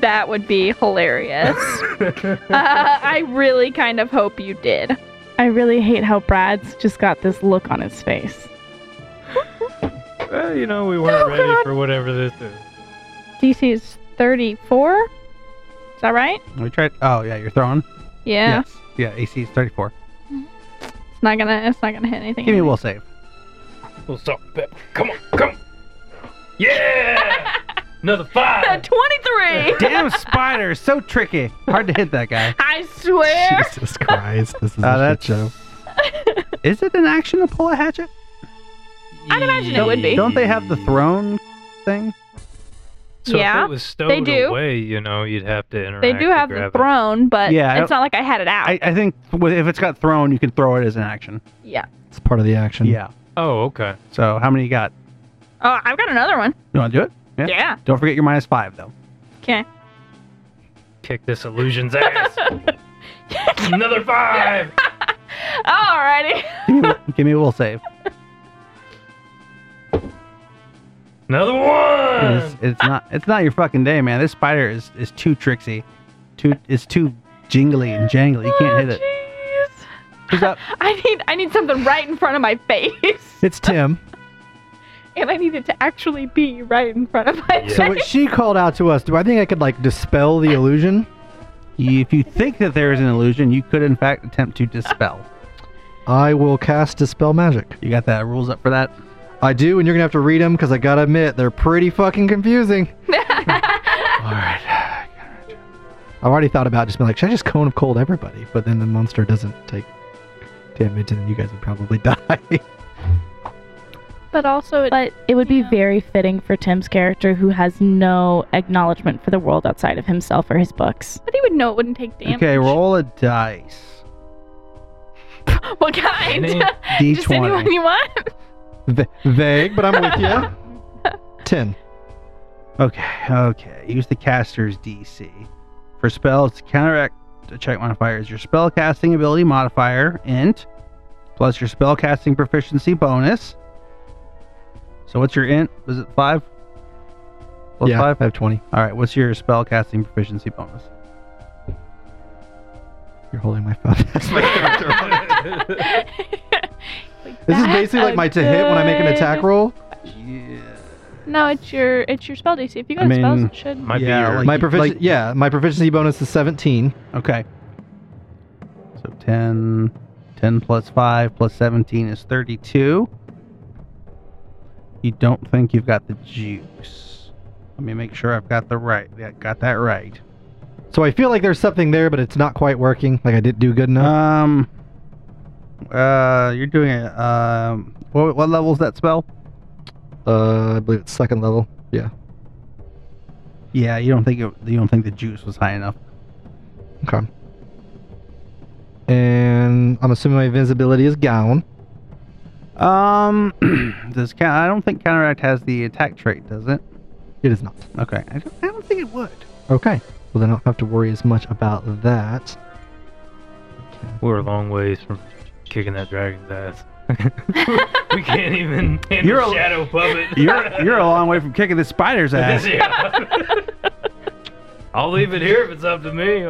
S5: that would be hilarious. Uh, I really kind of hope you did.
S4: I really hate how Brad's just got this look on his face.
S3: well, you know, we weren't
S5: Oh,
S3: ready
S5: God.
S3: for whatever this is.
S5: DC is 34. Is that right?
S1: we tried. Oh, yeah, you're throwing?
S5: Yeah.
S1: Yes. Yeah, AC is 34.
S5: It's not gonna. It's not gonna hit anything.
S1: Give me a will save.
S3: Little salt and pepper. Come on, come. Yeah! Another five!
S5: 23.
S1: Damn spider, so tricky. Hard to hit that guy.
S5: I swear.
S2: Jesus Christ, this is
S1: Uh,
S2: a shit
S1: that's-
S2: show.
S1: Is it an action to pull a hatchet?
S5: I'd imagine it would be.
S1: Don't they have the thrown thing?
S3: So
S5: Yeah,
S3: if it was stowed
S5: they do.
S3: away, you know, you'd have to interact.
S5: They do
S3: to
S5: have the
S3: grab it.
S5: throne, but
S1: Yeah, I
S5: it's not like I had it out.
S1: I, I think with- if it's got thrown, you can throw it as an action.
S5: yeah.
S2: It's part of the action.
S1: Yeah.
S3: Oh, okay.
S1: So how many you got?
S5: Oh, I've got another one.
S1: You want to do it? Yeah.
S5: Yeah.
S1: Don't forget your minus five though.
S5: Okay.
S3: Kick this illusion's ass. Another five!
S5: Alrighty.
S1: Give me, give me a will save.
S3: Another
S1: It's,
S3: one!
S1: it's not. It's not your fucking day, man. This spider is is too tricksy, too. It's too jingly and jangly. You can't hit it.
S5: it.
S1: Who's up?
S5: Oh, I need I need something right in front of my face,
S2: It's Tim.
S5: and I need it to actually be right in front of my
S3: Yeah.
S2: So
S5: face.
S2: what she called out to us. Do I think I could like dispel the illusion?
S1: You- If you think that there is an illusion, you could in fact attempt to dispel.
S2: I will cast dispel magic.
S1: You got that rules up for that?
S2: I do, and you're gonna have to read them because I gotta admit they're pretty fucking confusing.
S1: All right.
S2: I've already thought about just being like, should I just cone of cold everybody? But then the monster doesn't take damage, and you guys would probably die.
S5: But also, it,
S4: But it would be
S5: Yeah.
S4: very fitting for Tim's character, who has no acknowledgement for the world outside of himself or his books.
S5: but he would know it wouldn't take damage.
S1: Okay, roll a dice.
S5: What kind?
S3: Any-
S5: Just anyone
S1: D20.
S5: you want.
S2: V- vague, but I'm with you. Ten.
S1: Okay, okay. Use the caster's DC. For spells, to counteract attack modifier is your spell casting ability modifier, int, plus your spell casting proficiency bonus. So what's your int? Was it five? Plus
S2: yeah,
S1: five?
S2: I have twenty.
S1: All right, what's your spell casting proficiency bonus?
S2: You're holding my phone. That's my character. This is
S5: That's
S2: basically like
S5: a
S2: my to hit when I make an
S5: good-
S2: attack roll.
S1: Yeah.
S5: No, it's your it's your spell DC. If you got
S1: I
S5: a spells,
S1: mean-
S5: it should.
S3: Might
S1: Yeah,
S3: be your,
S1: like-
S2: My proficiency,
S1: like-
S2: yeah, my proficiency bonus is 17.
S1: Okay. So 10, 10 plus 5 plus 17 is 32. You don't think you've got the juice. Let me make sure I've got the right. Yeah, got that right.
S2: So I feel like there's something there, but it's not quite working. Like I didn't do good enough.
S1: Um. Uh, you're doing it. Um, what, what level is that spell?
S2: Uh, I believe it's second level. Yeah.
S1: Yeah, you don't think it, you don't think the juice was high enough.
S2: Okay. And I'm assuming my invisibility is gone.
S1: Um, does count? I don't think counteract has the attack trait, does it?
S2: It is not.
S1: Okay, I don't, I don't think it would.
S2: Okay. Well, then I don't have to worry as much about that.
S3: We're a long ways from kicking that dragon's ass. we can't even handle
S1: You're a-
S3: shadow puppet.
S1: You're you're a long way from kicking the spider's ass.
S3: Yeah. I'll leave it here if it's up to me.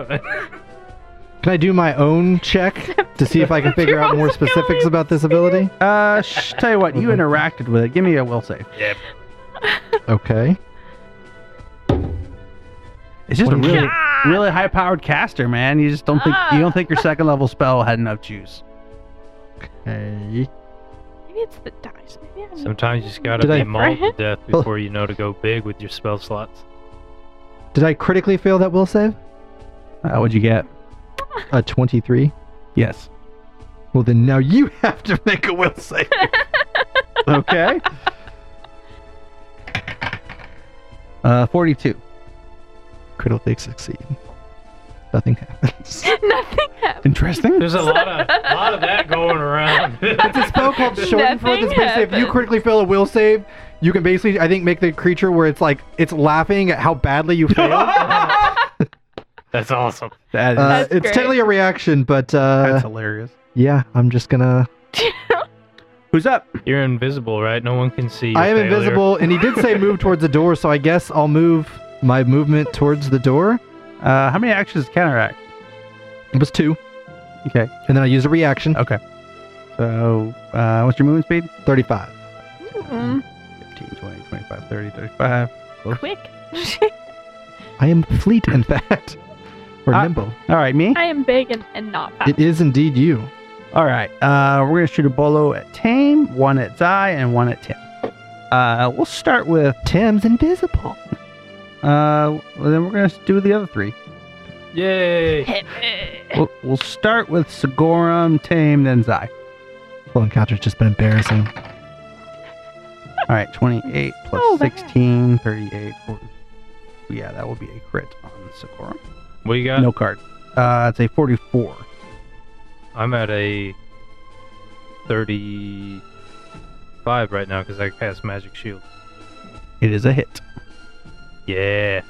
S2: Can I do my own check to see if I can figure out more specifics about this ability?
S1: Uh, sh- tell you what, you interacted with it. Give me a will save.
S3: yeah.
S2: Okay.
S1: It's just a
S2: What do you
S1: really really high powered caster, man. You just don't think you don't think your second level spell had enough juice.
S2: Okay.
S5: Maybe it's the dice. Maybe I'm
S3: Sometimes you just gotta
S2: Did
S3: be
S2: I-
S3: mauled to death before you know to go big with your spell slots.
S2: Did I critically fail that will save?
S1: Uh, what'd you get?
S2: A 23.
S1: Yes.
S2: Well, then now you have to make a will save.
S1: Okay. uh, forty-two.
S2: Critically succeed. Nothing happens.
S5: Nothing happened.
S1: Interesting.
S3: There's a lot of lot of that going around.
S2: It's a spell called Shorten Front.
S5: Nothing
S2: It's basically if you
S5: happens.
S2: critically fail a will save, you can basically, I think, make the creature where it's like it's laughing at how badly you failed. uh,
S3: That's awesome.
S1: That is,
S2: it's
S5: That's great.
S2: technically a reaction, but uh,
S1: that's hilarious.
S2: yeah, I'm just gonna.
S1: Who's up?
S3: You're invisible, right? No one can see. your
S2: I am
S3: failure.
S2: invisible, and he did say move towards the door, so I guess I'll move my movement towards the door.
S1: Uh, how many actions does counteract?
S2: It was two,
S1: Okay.
S2: and then I used a reaction,
S1: Okay. So, uh, what's your movement speed?
S2: 35.
S5: Mm,
S1: 15, 20, 25, 30, 35.
S5: quick.
S2: I am fleet, in fact, or
S1: Ah.
S2: nimble.
S1: All right, me?
S5: I am big and, and not fat.
S2: It is indeed you.
S1: All right. Uh, we're going to shoot a bolo at Tame, one at Zai, and one at Tim. Uh, we'll start with,
S2: Tim's invisible.
S1: uh, then we're going to do the other three.
S3: Yay!
S5: Hit me.
S1: We'll, we'll start with Sigorum, Tame, then Zai.
S2: Full encounter's just been embarrassing.
S1: All right, 28 plus
S5: Oh, bad.
S1: 16, 38, 40. Yeah, that will be a crit on Sigorum.
S3: What you got?
S1: No card. Uh, it's a 44.
S3: I'm at a 35 right now because I cast Magic Shield.
S1: It is a hit.
S3: Yeah.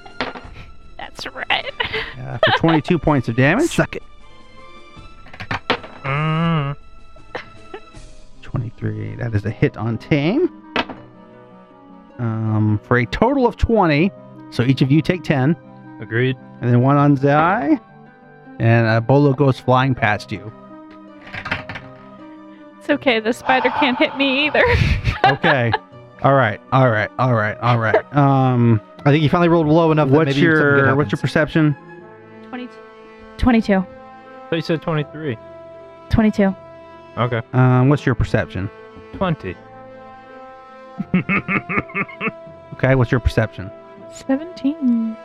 S5: That's right.
S1: Uh, for 22 points of damage.
S2: Suck it.
S3: Mm.
S1: 23. That is a hit on Tame. Um, for a total of 20. So each of you take 10.
S3: Agreed.
S1: And then one on Zai. And uh, Bolo goes flying past you.
S5: It's okay. The spider can't hit me either.
S1: Okay. all right. All right. All right. All right. Um,
S2: I think he finally rolled low enough. that
S1: what's
S2: maybe something
S1: your
S2: good
S1: what's your
S2: happens.
S1: perception?
S5: 22.
S4: 22.
S3: So you said 23.
S4: 22.
S3: Okay.
S1: Um, what's your perception?
S3: 20.
S1: Okay. What's your perception?
S4: 17.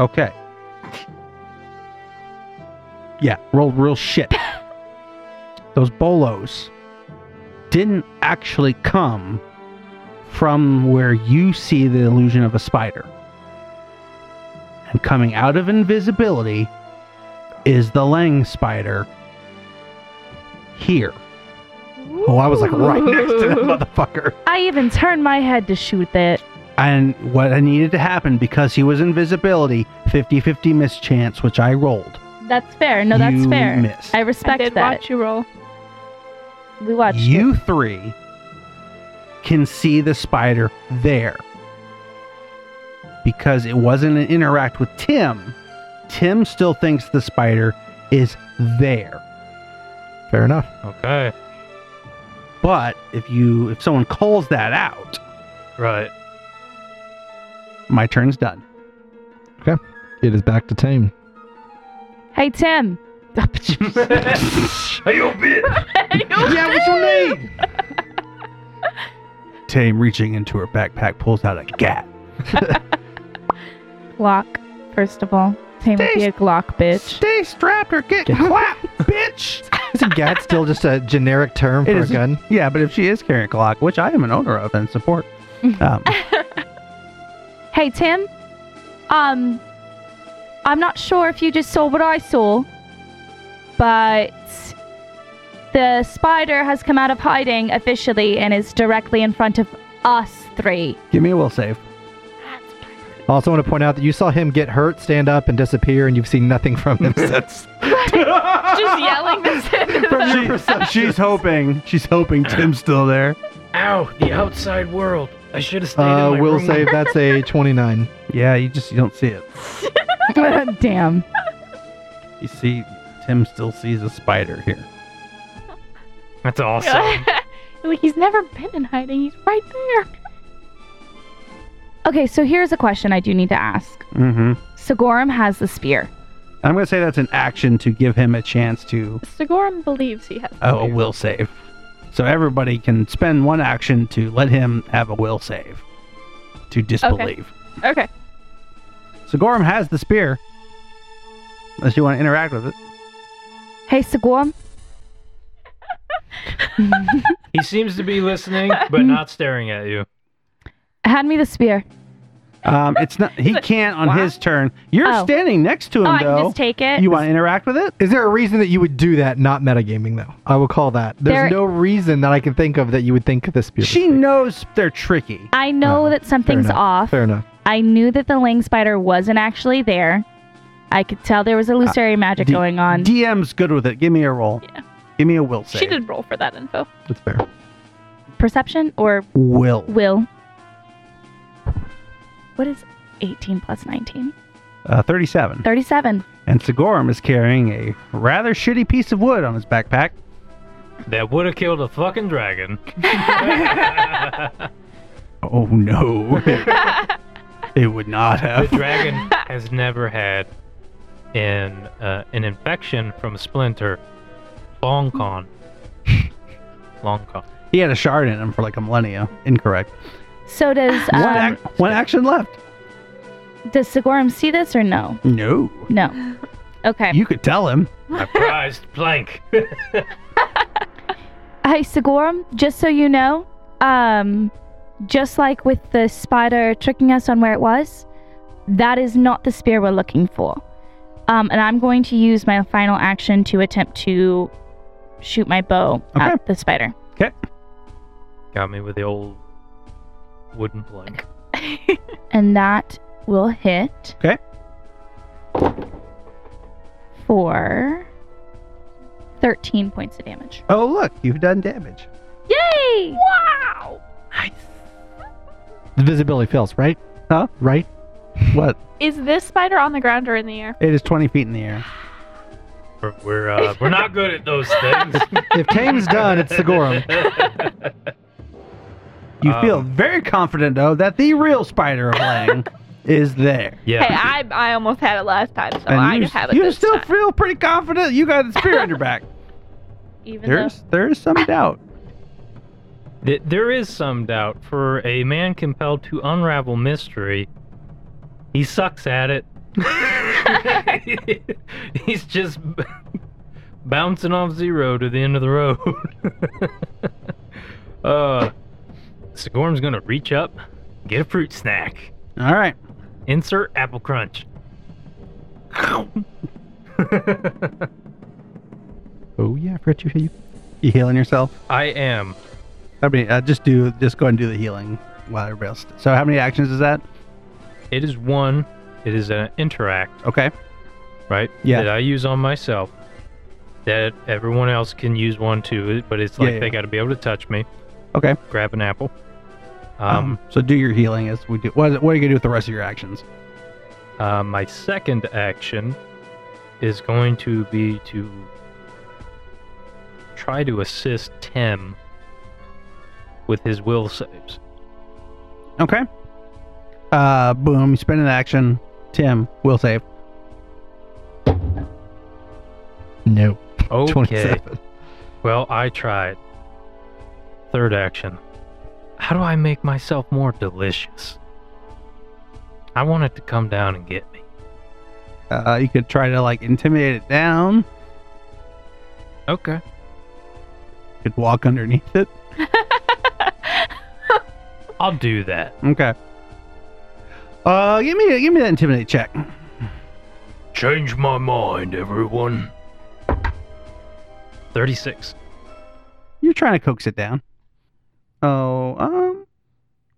S1: Okay. Yeah, rolled real shit. Those bolos didn't actually come from where you see the illusion of a spider. And coming out of invisibility is the Lang spider here.
S2: Oh, I was like right next to that
S5: Ooh.
S2: motherfucker.
S4: I even turned my head to shoot that.
S1: And what I needed to happen because he was invisibility, 50 50 mischance, which I rolled.
S4: That's fair. No, that's
S1: You
S4: fair.
S1: missed.
S4: I
S5: I
S4: respect
S5: did
S4: that.
S5: watch you roll.
S4: We watched.
S1: you three can see the spider there because it wasn't an interact with Tim. Tim still thinks the spider is there,
S2: Fair enough.
S3: okay.
S1: but if you if someone calls that out,
S3: Right.
S1: my turn's done.
S2: It is back to tame.
S4: Hey, Tim.
S3: Hey, you bitch!
S1: yeah, what you need? Tame reaching into her backpack pulls out a gat.
S4: Lock, first of all. Tame would be a Glock bitch.
S1: Stay strapped or get
S2: Get-
S1: clapped, bitch.
S2: Isn't gat still just a generic term
S1: It
S2: for a
S1: is.
S2: gun?
S1: Yeah, but if she is carrying a Glock, which I am an owner of and support, um,
S4: Hey Tim, um, I'm not sure if you just saw what I saw, but the spider has come out of hiding officially and is directly in front of us three.
S1: give me a will save.
S2: Also, want to point out that you saw him get hurt, stand up, and disappear, and you've seen nothing from him since.
S5: Just yelling this in.
S1: She- she's hoping. She's hoping Tim's still there.
S3: Ow! The outside world. I should have stayed
S2: Uh,
S3: in my
S2: will
S3: room.
S2: save that's a 29.
S1: Yeah, you just you don't see it.
S4: Damn.
S1: You see, Tim still sees a spider here.
S3: That's awesome.
S5: like he's never been in hiding. He's right there.
S4: Okay, so here's a question I do need to ask.
S1: Mm-hmm.
S4: Sigorum has the spear.
S1: I'm gonna say that's an action to give him a chance to uh,
S5: Sigorum believes he has.
S2: Oh,
S1: a will save. So everybody can spend one action to let him have a will save to disbelieve.
S5: Okay.
S1: So Gorham has the spear. Unless you want to interact with it.
S4: Hey Sigorum,
S3: he seems to be listening, but not staring at you.
S4: hand me the spear.
S1: Um, it's not. He can't on his turn. You're
S4: Oh.
S1: standing next to him,
S4: Oh, I can
S1: though.
S4: just take it.
S1: you want to interact with it?
S2: Is there a reason that you would do that? Not metagaming, though. I will call that. There's
S4: There-
S2: no reason that I can think of that you would think of this.
S1: She knows they're tricky.
S4: I know
S2: Oh,
S4: that something's
S2: enough.
S4: off.
S2: Fair enough.
S4: I knew that the ling spider wasn't actually there. I could tell there was illusory magic
S1: D-
S4: going on.
S1: DM's good with it. Give me a roll.
S5: Yeah.
S1: Give me a will save.
S5: She did roll for that info.
S2: That's fair.
S4: Perception or
S1: Will.
S4: will? What is 18 plus 19?
S1: Uh, 37.
S4: 37.
S1: And Sigorum is carrying a rather shitty piece of wood on his backpack.
S3: That would have killed a fucking dragon.
S1: Oh no. they would not
S3: The
S1: have.
S3: dragon has never had an uh, an infection from a splinter. Long con. Long con.
S1: He had a shard in him for like a millennia. Incorrect.
S4: So does
S1: One,
S4: um,
S1: ac- one action left.
S4: does Sigorum see this or no?
S1: No.
S4: No. Okay.
S1: You could tell him.
S3: My prized plank.
S4: Hey Sigorum, just so you know, um, just like with the spider tricking us on where it was, that is not the spear we're looking for. Um, and I'm going to use my final action to attempt to shoot my bow
S1: Okay.
S4: at the spider.
S3: Got me with the old wooden plank.
S4: And that will hit.
S1: Okay.
S4: For 13 points of damage.
S1: Oh, look, you've done damage.
S4: Yay!
S5: Wow.
S2: The visibility fails, right?
S1: Huh?
S2: Right?
S1: What?
S5: Is this spider on the ground or in the air?
S1: It is 20 feet in the air.
S3: We're we're, uh, we're not good at those things.
S2: If Tame's done, it's Sigorum.
S1: You
S3: Um,
S1: feel very confident, though, that the real spider of Lang is there.
S5: Hey,
S3: yeah.
S5: I I almost had it last time, so
S1: And
S5: I
S1: you,
S5: can have it
S1: you
S5: this
S1: still
S5: time.
S1: feel pretty confident you got the spear on your back.
S4: Even though
S1: There's there is some doubt.
S3: Th- There is some doubt for a man compelled to unravel mystery. He sucks at it. He's just b- bouncing off zero to the end of the road. uh, Sigorm's gonna reach up, get a fruit snack,
S1: All right.
S3: insert apple crunch.
S2: Oh yeah, I forgot you. you-
S1: You healing yourself?
S3: I am.
S1: I mean, uh, just do just go and do the healing while everybody else. So how many actions is that?
S3: It is one. It is an interact.
S1: Okay.
S3: right?
S1: Yeah.
S3: That I use on myself. That everyone else can use one too, but it's
S1: Yeah,
S3: like
S1: yeah.
S3: they got to be able to touch me.
S1: Okay.
S3: Grab an apple.
S1: Um.
S3: Um,
S1: so do your healing as we do. What, is- what are you gonna do with the rest of your actions?
S3: uh, my second action is going to be to try to assist Tim with his will saves.
S1: Okay. Uh. Boom. You spend an action. Tim will save.
S2: No.
S3: Okay.
S2: 27.
S3: well, I tried. Third action. How do I make myself more delicious? I want it to come down and get me.
S1: Uh, you could try to like intimidate it down.
S3: Okay.
S1: You could walk underneath it.
S3: I'll do that.
S1: Okay. Uh, give me give me that intimidate check.
S3: Change my mind, everyone. 36.
S1: You're trying to coax it down. Oh, um,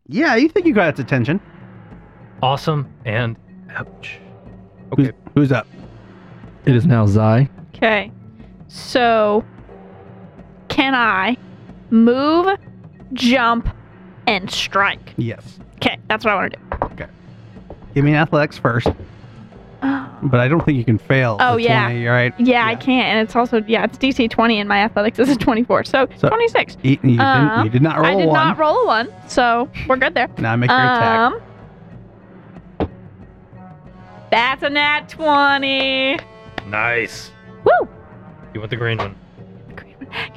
S1: yeah. You think you got its attention?
S3: Awesome and ouch.
S1: Who's, who's up?
S2: It is now Zai.
S5: Okay. So, can I move, jump, and strike?
S1: Yes.
S5: Okay, that's what I want to do.
S1: Give me an athletics first,
S5: Oh,
S1: but I don't think you can fail.
S5: Oh,
S1: the
S5: yeah.
S1: 20, right?
S5: yeah, I
S1: Yeah.
S5: can't. And it's also, yeah, it's DC 20 and my athletics is a 24. So,
S1: So-
S5: 26.
S1: You, you,
S5: Uh,
S1: didn't, you did not roll
S5: I did
S1: one.
S5: not roll a one, so we're good there.
S1: now make your attack.
S5: Um, that's a nat 20.
S3: Nice.
S5: Woo!
S3: You want the green one?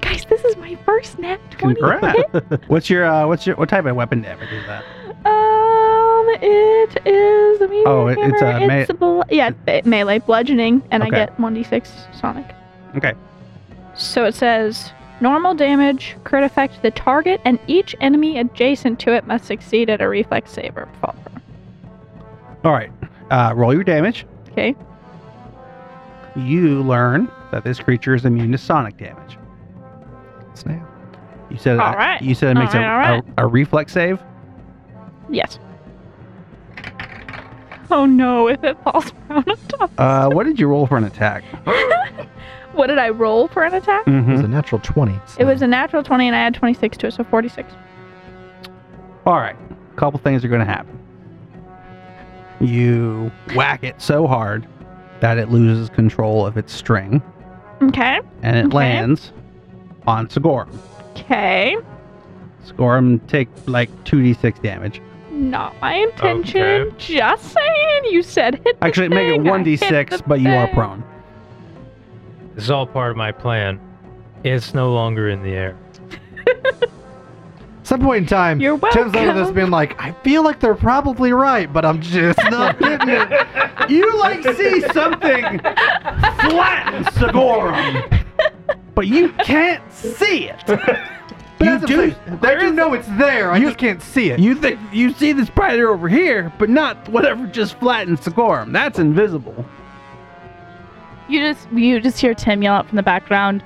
S5: Guys, this is my first nat 20.
S1: Congrats. what's your uh, what's your what type of weapon damage is that?
S5: Um, it is. I mean,
S1: Oh, it- it's a
S5: hammer,
S1: me-
S5: it's bl- yeah, it- melee bludgeoning, and
S1: Okay.
S5: I get one d six sonic.
S1: Okay.
S5: So it says normal damage could affect the target, and each enemy adjacent to it must succeed at a reflex save or fall. prone.
S1: All right. Uh, roll your damage.
S5: Okay.
S1: You learn that this creature is immune to sonic damage.
S2: Snap.
S1: You said
S5: All right.
S1: you said it
S5: All
S1: makes
S5: right,
S1: a,
S5: all right.
S1: a, a reflex save.
S5: Yes. Oh no! If it falls prone on top.
S1: Uh, what did you roll for an attack?
S5: What did I roll for an attack?
S2: It was
S1: Mm-hmm.
S2: a natural 20.
S5: It was a natural twenty, and I had twenty six to it, so forty six.
S1: All right. A couple things are going to happen. You whack it so hard that it loses control of its string
S5: Okay.
S1: and it
S5: Okay.
S1: lands on Sigorum.
S5: Okay.
S1: Sigorum take like 2d6 damage.
S5: Not my intention.
S3: Okay.
S5: Just saying. You said hit. The
S1: Actually, make it
S5: thing, I hit
S1: 1d6,
S5: the
S1: but you are
S5: thing.
S1: prone.
S3: This is all part of my plan. It's no longer in the air.
S2: Some point in time,
S5: You're
S2: Tim's out of this
S5: welcome.
S2: being like, I feel like they're probably right, but I'm just not getting it.
S1: You like see something flatten Sigorum, but you can't see it.
S2: But
S1: you
S2: that's the
S1: do.
S2: thing, They do know it's there. I just can't see it.
S1: You think you see the spider over here, but not whatever just flattened Sigorum. That's invisible.
S4: You just you just hear Tim yell out from the background.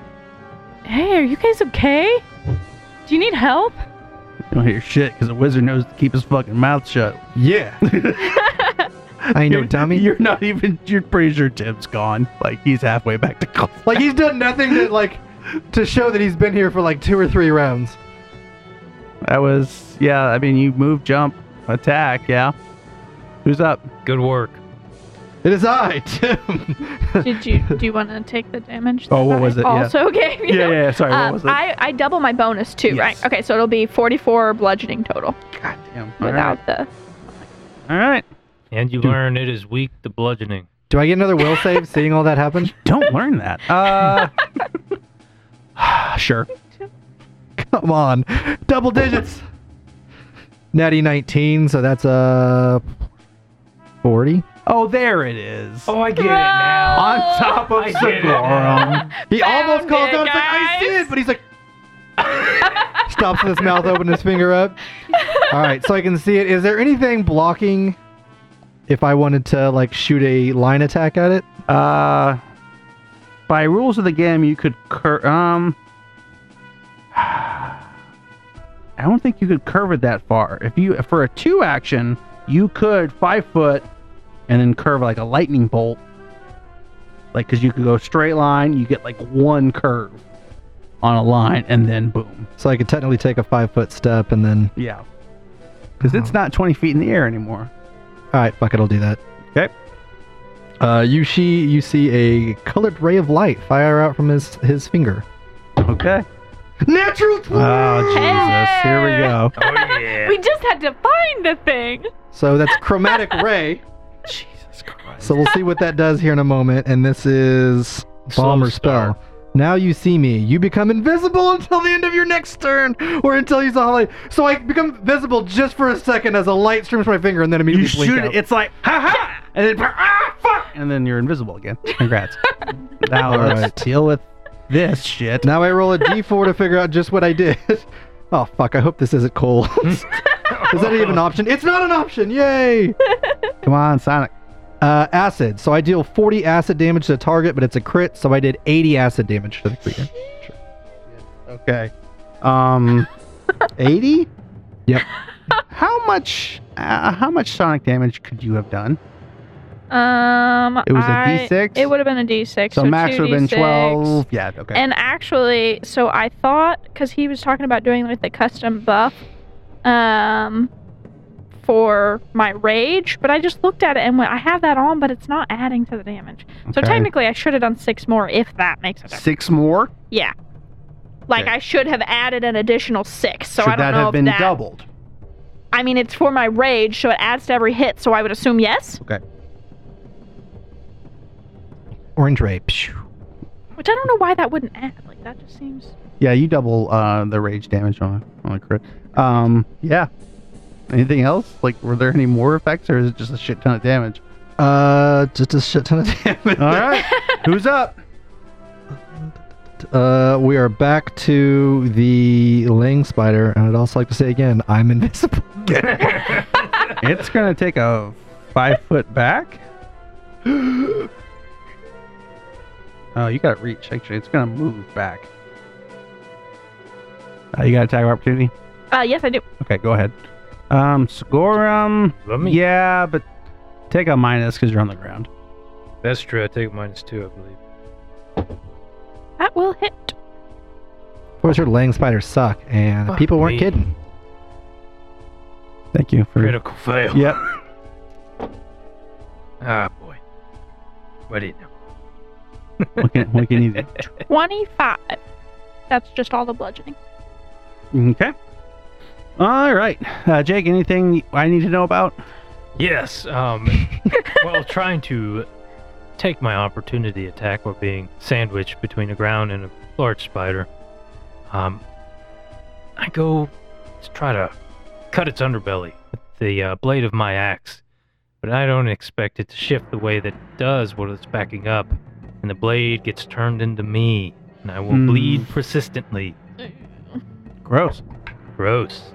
S4: Hey, are you guys okay? Do you need help?
S1: You don't hear shit because the wizard knows to keep his fucking mouth shut.
S2: yeah. I ain't no dummy.
S1: You're not even. You're pretty sure Tim's gone. Like he's halfway back to call.
S2: Like he's done nothing to like to show that he's been here for like two or three rounds.
S1: That was yeah. I mean, you move, jump, attack. Yeah. Who's up?
S3: Good work.
S2: It is I, Tim.
S5: Did you do you want to take the damage?
S1: Oh,
S5: that
S1: what
S5: I
S1: was it? Yeah.
S5: Also gave you.
S1: yeah, yeah. Sorry,
S5: Um,
S1: what was it?
S5: I, I double my bonus too,
S1: Yes.
S5: right? Okay, so it'll be 44 bludgeoning total
S1: God damn.
S5: without the.
S1: All right.
S3: And you
S1: Dude.
S3: learn it is weak to bludgeoning.
S2: Do I get another will save seeing all that happen?
S1: Don't learn that. Uh. sure.
S2: Come on. Double digits. Natty 19, so that's uh 40.
S1: Oh, there it is.
S3: Oh, I get
S5: it now.
S1: On top of
S3: I get it.
S1: Sigorum.
S2: He
S5: Found
S2: almost calls
S5: it,
S2: out, it's like, I
S5: guys."
S2: see it, but he's like, stops with his mouth open, his finger up. All right, so I can see it. Is there anything blocking if I wanted to, like, shoot a line attack at it?
S1: Uh, by rules of the game, you could cur- um. I don't think you could curve it that far. If you for a two action, you could five foot, and then curve like a lightning bolt. Like, cause you could go straight line, you get like one curve on a line, and then boom.
S2: So I could technically take a five foot step and then.
S1: Yeah. Cause it's not twenty feet in the air anymore.
S2: All right, fuck it, I'll do that.
S1: Okay.
S2: Uh, you see, you see a colored ray of light fire out from his his finger. Ah,
S1: Okay.
S2: Natural
S1: Oh Jesus! Here we go.
S3: Oh, yeah.
S5: We just had to find the thing.
S2: So that's chromatic ray.
S1: Jesus Christ.
S2: So we'll see what that does here in a moment. And this is
S3: Slow
S2: bomber
S3: start.
S2: spell. Now you see me. You become invisible until the end of your next turn, or until you saw light. So I become visible just for a second as a light streams from my finger, and then immediately
S1: you
S2: blink
S1: shoot it.
S2: out.
S1: It's like ha ha, and then ah fuck. and then you're invisible again. Congrats. now
S2: All
S1: let's
S2: right.
S1: deal with this shit.
S2: Now I roll a d4 to figure out just what I did. Oh fuck! I hope this isn't cold. Is that even an option? It's not an option. Yay!
S1: Come on, Sonic.
S2: Uh, acid. So I deal 40 acid damage to the target, but it's a crit, so I did 80 acid damage to the creature.
S1: Okay. Um, eighty.
S2: Yep.
S1: How much? Uh, how much sonic damage could you have done?
S5: Um,
S1: It was a
S5: I-
S1: D6?
S5: It would have been a D6.
S1: So, max would have been
S5: 2d6.
S1: twelve. Yeah. Okay.
S5: And actually, so I thought because he was talking about doing like the custom buff, um, for my rage, but I just looked at it and went, I have that on, but it's not adding to the damage.
S1: Okay.
S5: So technically, I should have done six more if that makes a difference.
S1: six more.
S5: Yeah. Like
S1: Okay.
S5: I should have added an additional six, so
S1: Should
S5: I don't
S1: that
S5: know
S1: have
S5: if
S1: been
S5: that.
S1: doubled?
S5: I mean, it's for my rage, so it adds to every hit. So I would assume yes,
S2: Orange ray. Pshh.
S5: which I don't know why that wouldn't add. Like that just seems.
S1: Yeah, you double uh, the rage damage on a, on a crit. Um, yeah. Anything else? Like, were there any more effects, or is it just a shit ton of damage?
S2: Uh, just a shit ton of
S1: All
S2: damage.
S1: right. Who's up?
S2: Uh, we are back to the Ling Spider, and I'd also like to say again, I'm invisible.
S1: It's gonna take a five foot back. Oh, you got reach. Actually, it's gonna move back. Uh, you got attack of opportunity.
S5: Uh, yes, I do.
S1: Okay, go ahead. Um, Scorum.
S3: Let me.
S1: Yeah, but take a minus because you're on the ground.
S3: That's true. I take minus two, I believe.
S5: That will hit.
S2: Of course, your Lang Spiders suck, and
S3: Fuck
S2: people weren't
S3: me.
S2: kidding.
S1: Thank you for.
S3: Critical fail.
S1: Yep.
S3: Ah, boy. What do you know?
S1: we can we can eat it.
S5: Twenty-five. That's just all the bludgeoning.
S1: Okay. All right, uh, Jake. Anything I need to know about?
S3: Yes. Um, while trying to take my opportunity attack while being sandwiched between the ground and a large spider, um, I go to try to cut its underbelly with the uh, blade of my axe, but I don't expect it to shift the way that it does while it's backing up, and the blade gets turned into me, and I will
S1: Hmm.
S3: bleed persistently.
S1: Gross.
S3: Gross.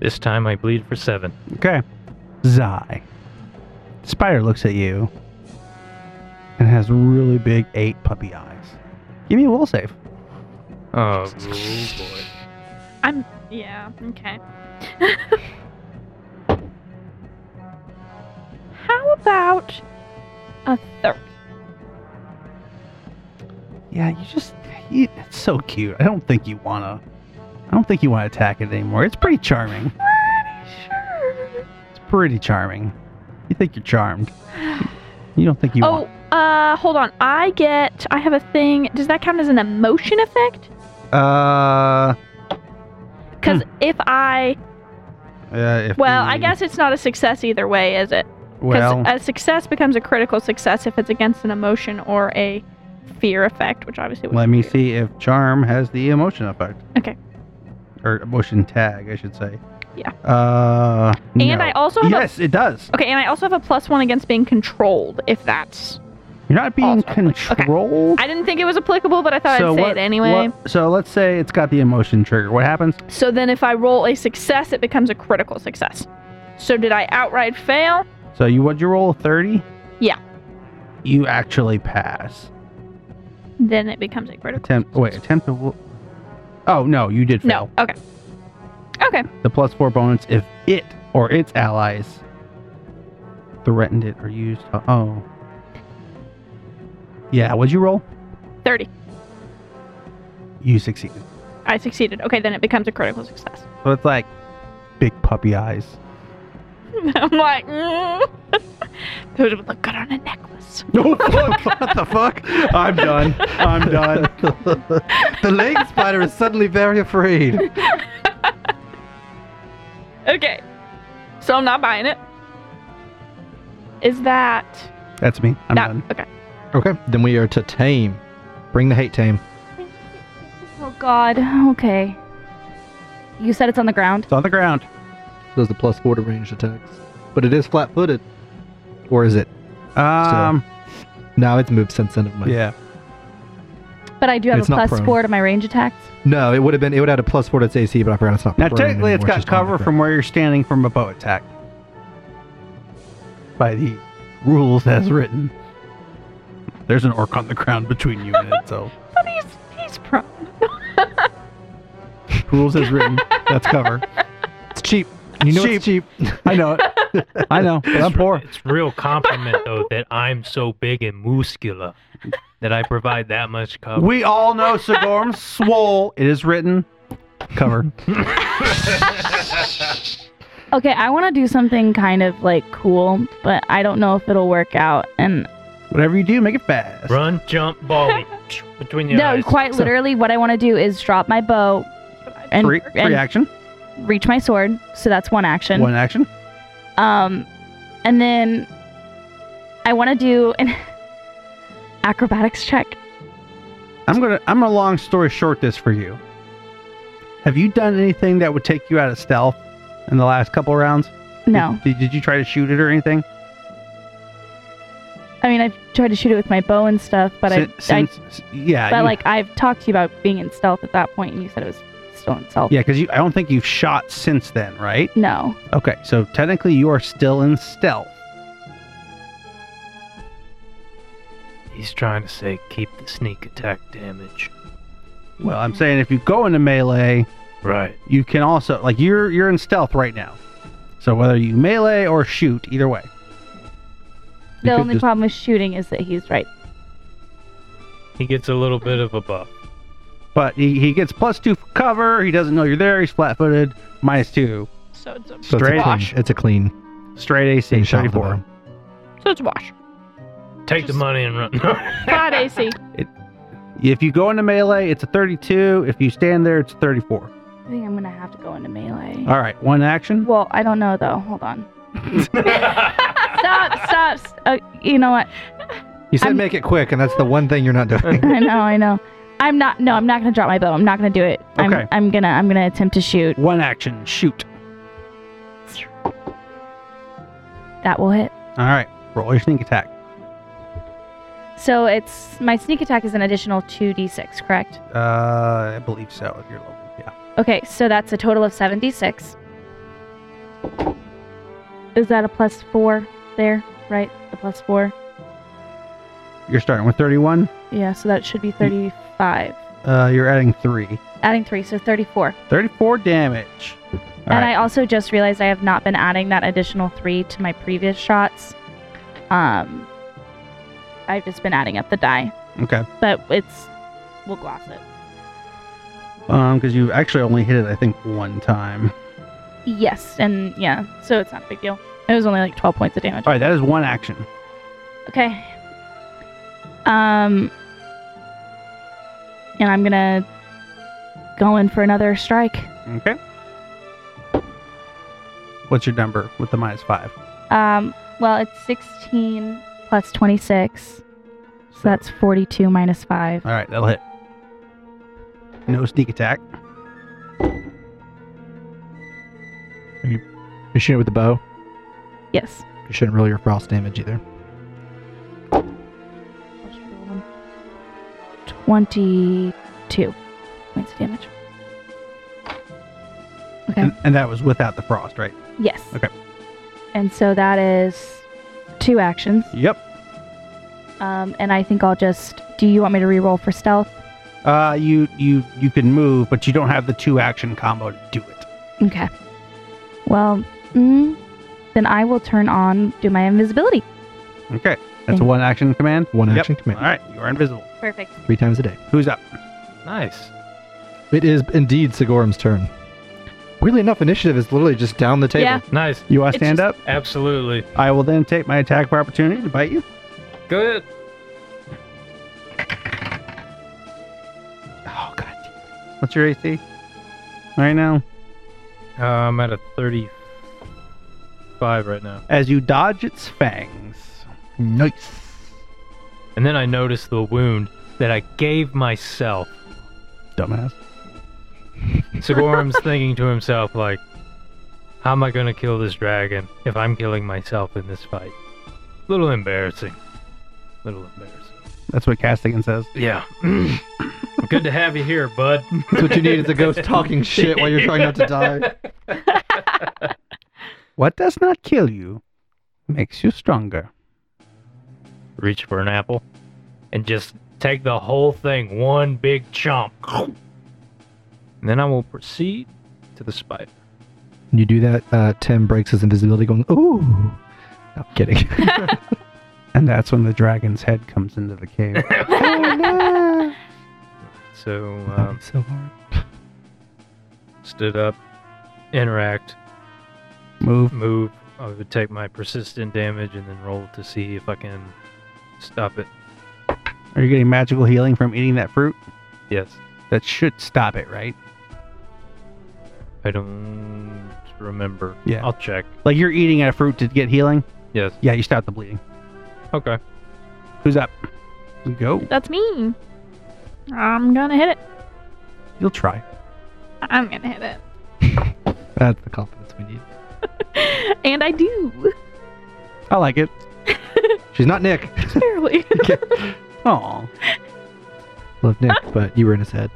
S3: This time I bleed for seven.
S1: Okay. Zai. Spider looks at you and has really big eight puppy eyes. Give me a will save.
S3: Oh boy.
S5: I'm. Yeah. Okay. How about a thirty?
S1: Yeah, you just you, it's so cute. I don't think you wanna I don't think you wanna attack it anymore. It's pretty charming.
S5: Sure.
S1: It's pretty charming. You think you're charmed. You don't think you
S5: oh,
S1: want
S5: uh, hold on. I get. I have a thing. Does that count as an emotion effect?
S1: uh,
S5: Because
S1: Hmm.
S5: if I,
S1: uh if
S5: well,
S1: we-
S5: I guess it's not a success either way, is it? Because
S1: well
S5: a success becomes a critical success if it's against an emotion or a fear effect, which obviously would
S1: let me see if charm has the emotion effect.
S5: Okay.
S1: Or emotion tag, I should say.
S5: Yeah.
S1: Uh no.
S5: And I also have
S1: Yes, it does.
S5: a, okay, and I also have a plus one against being controlled. If that's,
S1: You're not being
S5: Also, like, okay.
S1: controlled.
S5: I didn't think it was applicable, but I thought I'd say it anyway.
S1: what- so let's say it's got the emotion trigger. What happens?
S5: So then, if I roll a success, it becomes a critical success. So did I outright fail?
S1: So you would you roll a thirty?
S5: Yeah.
S1: You actually pass.
S5: Then it becomes a critical.
S1: Attempt. Wait. Attempt to. wo- Oh no, you did fail.
S5: No. Okay. Okay.
S1: The plus four bonus if it or its allies threatened it or used. Oh. Yeah. What'd you roll?
S5: Thirty.
S1: You succeeded.
S5: I succeeded. Okay, then it becomes a critical success.
S1: So it's like big puppy eyes.
S5: I'm like, mm. those would look good on a necklace.
S1: No, fuck, what the fuck? I'm done. I'm done.
S2: the Lang Spider is suddenly very afraid.
S5: Okay. So I'm not buying it. Is that
S1: That's me. I'm
S5: that
S1: done.
S5: okay?
S2: Okay, then we are to tame. Bring the hate tame.
S4: Oh God. Okay. You said it's on the ground.
S1: It's on the ground.
S2: does the plus four to ranged attacks. But it is flat footed. Or is it?
S1: Um,
S2: No, it's moved since then. never mind.
S1: yeah.
S4: But I do have
S2: It's
S4: a
S2: not
S4: plus
S2: prone.
S4: four to my range attacks.
S2: No, it would have been. It would have had a plus four to its AC, but I forgot it's not.
S1: Now,
S2: prone
S1: technically, it's
S2: anymore,
S1: got
S2: just not
S1: cover
S2: prone.
S1: from where you're standing from a bow attack. By the rules as written. There's an orc on the ground between you and it, so
S5: But he's he's prone.
S1: rules as written. That's cover.
S2: It's cheap. You know it's cheap.
S1: I know it. I know. but I'm poor.
S3: It's real compliment though that I'm so big and muscular that I provide that much cover.
S1: We all know Sigorm swole. It is written. Cover.
S4: Okay, I want to do something kind of like cool, but I don't know if it'll work out. And
S1: Whatever you do, make it fast.
S3: Run, jump, volley between the
S4: no,
S3: eyes.
S4: quite
S1: So-
S4: literally, what I want to do is drop my bow and,
S1: free, free
S4: and
S1: action.
S4: reach my sword. So that's one action.
S1: One action.
S4: Um, and then I want to do an acrobatics check.
S1: I'm gonna I'm gonna long story short this for you. Have you done anything that would take you out of stealth in the last couple rounds?
S4: No,
S1: Did, did you try to shoot it or anything?
S4: I mean I've tried to shoot it with my bow and stuff, but I,
S1: Sin-
S4: I,
S1: since, yeah,
S4: but
S1: you-
S4: like I've talked to you about being in stealth at that point, and you said it was still in stealth.
S1: yeah, because I don't think you've shot since then, right?
S4: No.
S1: Okay, so technically you are still in stealth.
S3: He's trying to say keep the sneak attack damage.
S1: Well, I'm saying if you go into melee,
S3: Right.
S1: you can also like you're you're in stealth right now. So whether you melee or shoot, either way.
S4: The
S2: could
S4: only
S2: just-
S4: problem with shooting is that he's right.
S3: He gets a little bit of a buff.
S1: But he, he gets plus two for cover. He doesn't know you're there. He's flat footed. Minus two.
S5: So it's a
S2: So
S1: Straight-
S2: it's a clean. It's a clean.
S1: Straight AC
S2: clean shot for
S1: 34.
S2: them.
S5: so it's a wash.
S3: Take the
S5: Just-
S3: money and run.
S5: Five AC.
S1: If you go into melee, it's a 32. If you stand there, it's a 34.
S4: I think I'm gonna have to go into melee.
S1: All right, one action.
S4: Well, I don't know though. Hold on. Stop! Stop! s- Uh, you know what?
S2: You said
S4: I'm-
S2: make it quick, and that's the one thing you're not doing.
S4: I know. I know. I'm not. No, I'm not gonna drop my bow. I'm not gonna do it.
S1: Okay.
S4: I'm, I'm gonna. I'm gonna attempt to shoot.
S1: One action. Shoot.
S4: That will hit.
S1: All right, roll your sneak attack.
S4: So it's my sneak attack is an additional two d6, correct?
S1: Uh, I believe so. If you're low, yeah.
S4: Okay, so that's a total of seven d6. Is that a plus four there? Right, the plus four.
S1: You're starting with 31.
S4: Yeah, so that should be thirty-five.
S1: Uh, you're adding three.
S4: Adding three, so thirty-four.
S1: 34 damage. All
S4: and
S1: right.
S4: I also just realized I have not been adding that additional three to my previous shots. Um, I've just been adding up the die,
S1: okay.
S4: but it's we'll gloss it.
S1: Um, because you actually only hit it, I think, one time.
S4: Yes, and yeah, so it's not a big deal. It was only like twelve points of damage.
S1: All right, that is one action.
S4: Okay. Um, and I'm gonna go in for another strike.
S1: Okay. What's your number with the minus five?
S4: Um, well, it's sixteen plus twenty-six, so that's forty-two minus five.
S1: All right, that'll hit. No sneak attack.
S2: You shoot it with the bow.
S4: Yes.
S2: You shouldn't roll your frost damage either.
S4: 22 points of damage. Okay.
S1: And, and that was without the frost, right?
S4: yes.
S1: okay.
S4: And so that is two actions.
S1: Yep.
S4: Um, and I think I'll just. Do you want me to re-roll for stealth?
S1: Uh, you you you can move, but you don't have the two action combo to do it.
S4: Okay. Well, mm, then I will turn on do my invisibility.
S1: Okay, that's
S4: Thank-
S1: a one action command.
S2: One
S1: Yep.
S2: action
S1: All
S2: command.
S1: right, you are invisible.
S4: Perfect.
S2: Three times a day.
S1: Who's up?
S3: nice.
S2: It is indeed Sigorum's turn. Weirdly enough, initiative is literally just down the table.
S5: Yeah.
S3: Nice.
S1: You want
S5: It's
S1: to stand
S5: just-
S1: up?
S3: Absolutely.
S1: I will then take my attack for opportunity to bite you.
S3: Good.
S1: Oh god. What's your AC? Right now,
S3: Uh, I'm at a 35 right now.
S1: as you dodge its fangs. Nice.
S3: And then I noticed the wound that I gave myself.
S1: Dumbass.
S3: Sigorum's thinking to himself, like, How am I going to kill this dragon if I'm killing myself in this fight? Little embarrassing. Little embarrassing.
S1: That's what Castigan says.
S3: Yeah. Good to have you here, bud.
S2: That's what you need is a ghost talking shit while you're trying not to die.
S1: What does not kill you makes you stronger.
S3: Reach for an apple and just take the whole thing one big chomp. And then I will proceed to the spider.
S2: When you do that, uh, Tim breaks his invisibility, going, "Ooh." No, kidding.
S1: And that's when the dragon's head comes into the cave. oh, no.
S3: So,
S2: That'd
S3: um,
S2: be so hard.
S3: stood up, interact,
S1: Move.
S3: move. I would take my persistent damage and then roll to see if I can stop it.
S1: Are you getting magical healing from eating that fruit?
S3: Yes.
S1: That should stop it, right?
S3: I don't remember.
S1: Yeah.
S3: I'll check.
S1: Like you're eating a fruit to get healing?
S3: Yes.
S1: Yeah, you stop the bleeding.
S3: Okay.
S1: Who's up? Go.
S5: That's me. I'm gonna hit it.
S1: You'll try.
S5: I'm gonna hit it.
S2: That's the confidence we need.
S5: And I do.
S1: I like it.
S2: She's not Nick.
S5: Barely.
S1: Oh,
S2: Love Nick, but you were in his head.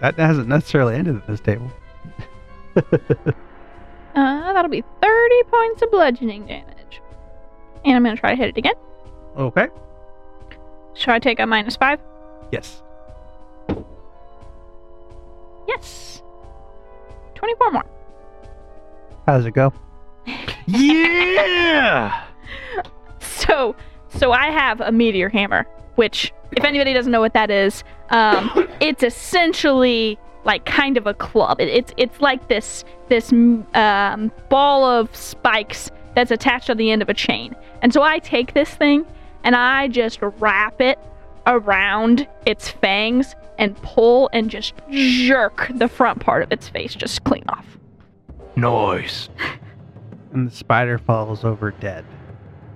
S1: that hasn't necessarily ended at this table.
S5: Uh, that'll be 30 points of bludgeoning damage. And I'm gonna try to hit it again.
S1: Okay.
S5: Should I take a minus five?
S1: Yes.
S5: Yes. 24 more.
S1: How does it go?
S2: Yeah.
S5: So, so I have a meteor hammer, which, if anybody doesn't know what that is, um, it's essentially like kind of a club. It, it's it's like this this mm, um, ball of spikes that's attached on the end of a chain. And so I take this thing and I just wrap it around its fangs and pull and just jerk the front part of its face just clean off.
S3: Noise.
S1: And the spider falls over dead.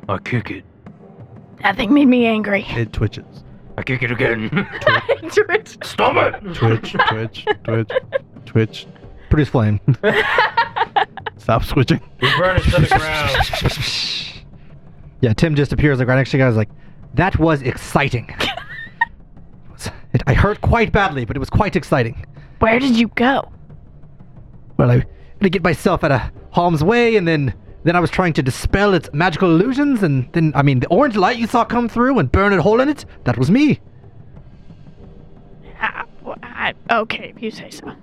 S3: I kick it.
S5: That thing made me angry.
S1: It twitches.
S3: I kick it again.
S5: Twitch.
S3: Stop it!
S1: Twitch, twitch, twitch, twitch.
S2: Produce flame.
S1: Stop switching.
S3: We burn it to the ground.
S2: yeah, Tim just appears like right next to you guys. Like that was exciting. it, I hurt quite badly, but it was quite exciting.
S5: Where did you go?
S2: Well, I had to get myself out of harm's way, and then then I was trying to dispel its magical illusions, and then I mean the orange light you saw come through and burn a hole in it. That was me.
S5: Ah, well, I, okay, if you say so.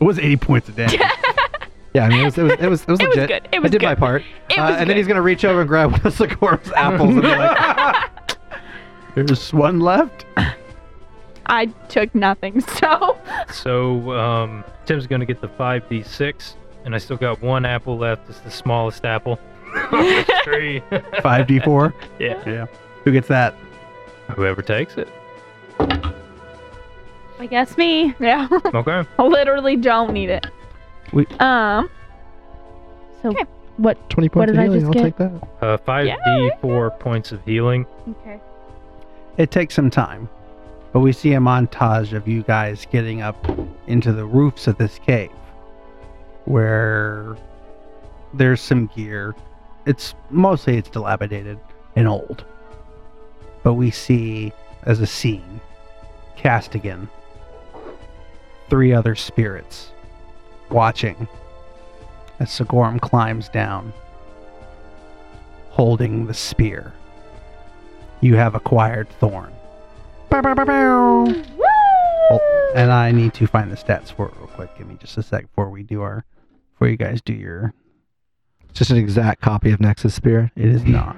S1: It was 80 points of damage.
S2: Yeah, I mean it was it was it was, it was
S5: It was
S2: legit.
S5: good. It
S2: I
S5: was
S2: did
S5: good.
S2: my part.
S5: It
S2: Uh,
S5: was
S2: and then he's
S5: good.
S2: gonna reach over and grab one of Sigorum's apples and be like,
S1: There's one left.
S5: I took nothing, so
S3: So, um, Tim's gonna get the 5d6, and I still got one apple left. It's the smallest apple. on this tree.
S1: 5d4.
S3: yeah.
S1: Yeah. Who gets that?
S3: Whoever takes it.
S4: I guess me.
S5: yeah,
S3: Okay.
S5: I literally don't need it.
S1: We-
S5: um,
S4: So
S5: Okay.
S4: what?
S2: twenty
S4: What
S2: points
S4: did
S2: of
S4: I
S2: healing.
S4: just
S2: I'll
S4: get?
S2: take that.
S3: Uh, 5d4 points of healing.
S4: Okay.
S1: It takes some time, but we see a montage of you guys getting up into the roofs of this cave where there's some gear. It's mostly it's dilapidated and old. But we see as a scene Castigan three other spirits watching as Sigorum climbs down holding the spear you have acquired Thorn. Bow, bow, bow, bow. Oh, and I need to find the stats for it real quick. Give me just a sec before we do our, before you guys do your.
S2: It's just an exact copy of Nexus Spear.
S1: It is not.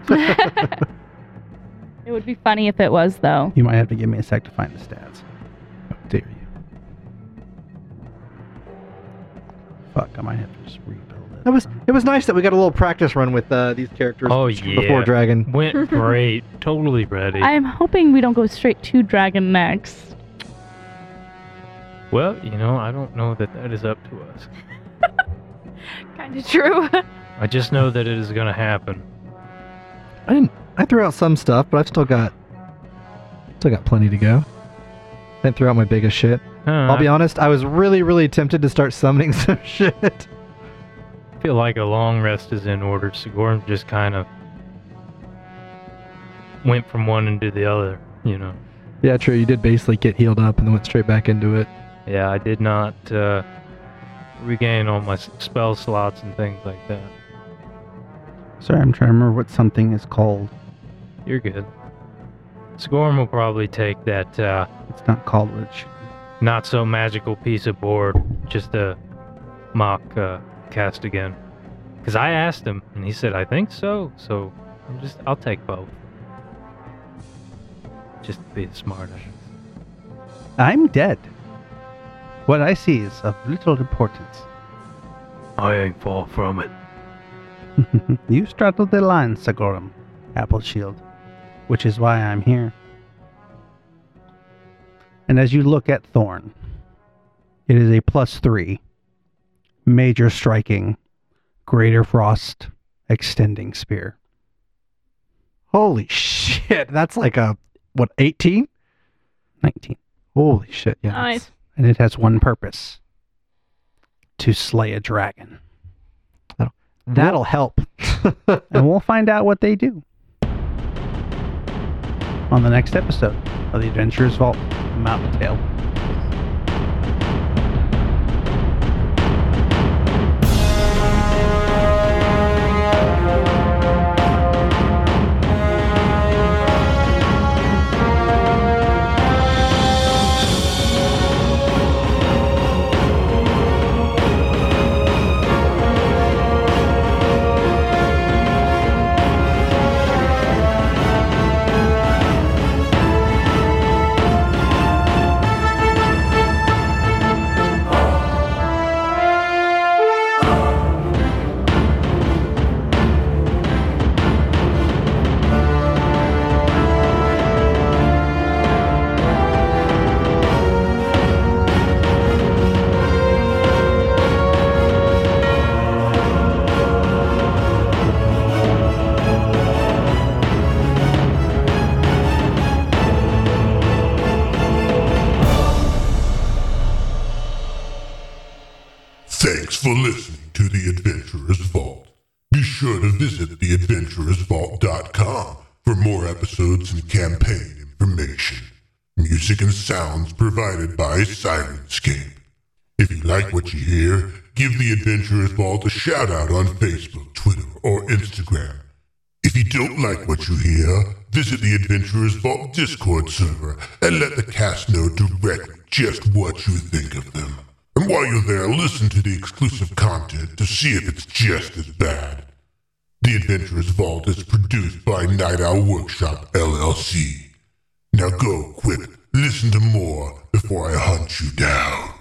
S4: It would be funny if it was though.
S1: you might have to give me a sec to find the stats.
S2: How dare you?
S1: Fuck, I might have to just rebuild it.
S2: That was it was nice that we got a little practice run with uh, these characters
S3: Oh,
S2: before
S3: yeah.
S2: Dragon.
S3: Went great. totally ready.
S4: I'm hoping we don't go straight to dragon next.
S3: Well, you know, I don't know that that is up to us.
S5: kind of true.
S3: I just know that it is going to happen.
S2: I didn't. I threw out some stuff, but I've still got still got plenty to go. I threw out my biggest shit. I'll
S3: Uh-huh.
S2: be honest, I was really, really tempted to start summoning some shit.
S3: I feel like a long rest is in order. Sigorum just kind of went from one into the other, you know.
S2: Yeah, true. You did basically get healed up and then went straight back into it.
S3: Yeah, I did not uh, regain all my s- spell slots and things like that.
S1: Sorry, I'm trying to remember what something is called.
S3: You're good. Sigorum will probably take that uh,
S1: It's not called what it should
S3: not so magical piece of board just to mock uh, cast again. Because I asked him, and he said, "I think so." So I'm just, I'll take both. Just to be smart.
S1: I'm dead. What I see is of little importance.
S3: I ain't far from it.
S1: Mm-hmm. you straddled the line, Sagorum, Apple Shield, which is why I'm here. And as you look at Thorn, it is a plus three, major striking, greater frost, extending spear.
S2: Holy shit. That's like a, what, 18?
S1: 19.
S2: Holy shit, yeah.
S5: Nice.
S1: And it has one purpose to slay a dragon.
S2: That'll help.
S1: and we'll find out what they do on the next episode of The Adventurer's Vault Mountain Tale.
S6: Thanks for listening to The Adventurer's Vault. Be sure to visit theadventurer'svault.com for more episodes and campaign information. Music and sounds provided by Sirenscape. If you like what you hear, give The Adventurer's Vault a shout out on Facebook, Twitter, or Instagram. If you don't like what you hear, visit the Adventurers Vault Discord server and let the cast know directly just what you think of them. And while you're there, listen to the exclusive content to see if it's just as bad. The Adventurers Vault is produced by Night Owl Workshop LLC. Now go quick, listen to more before I hunt you down.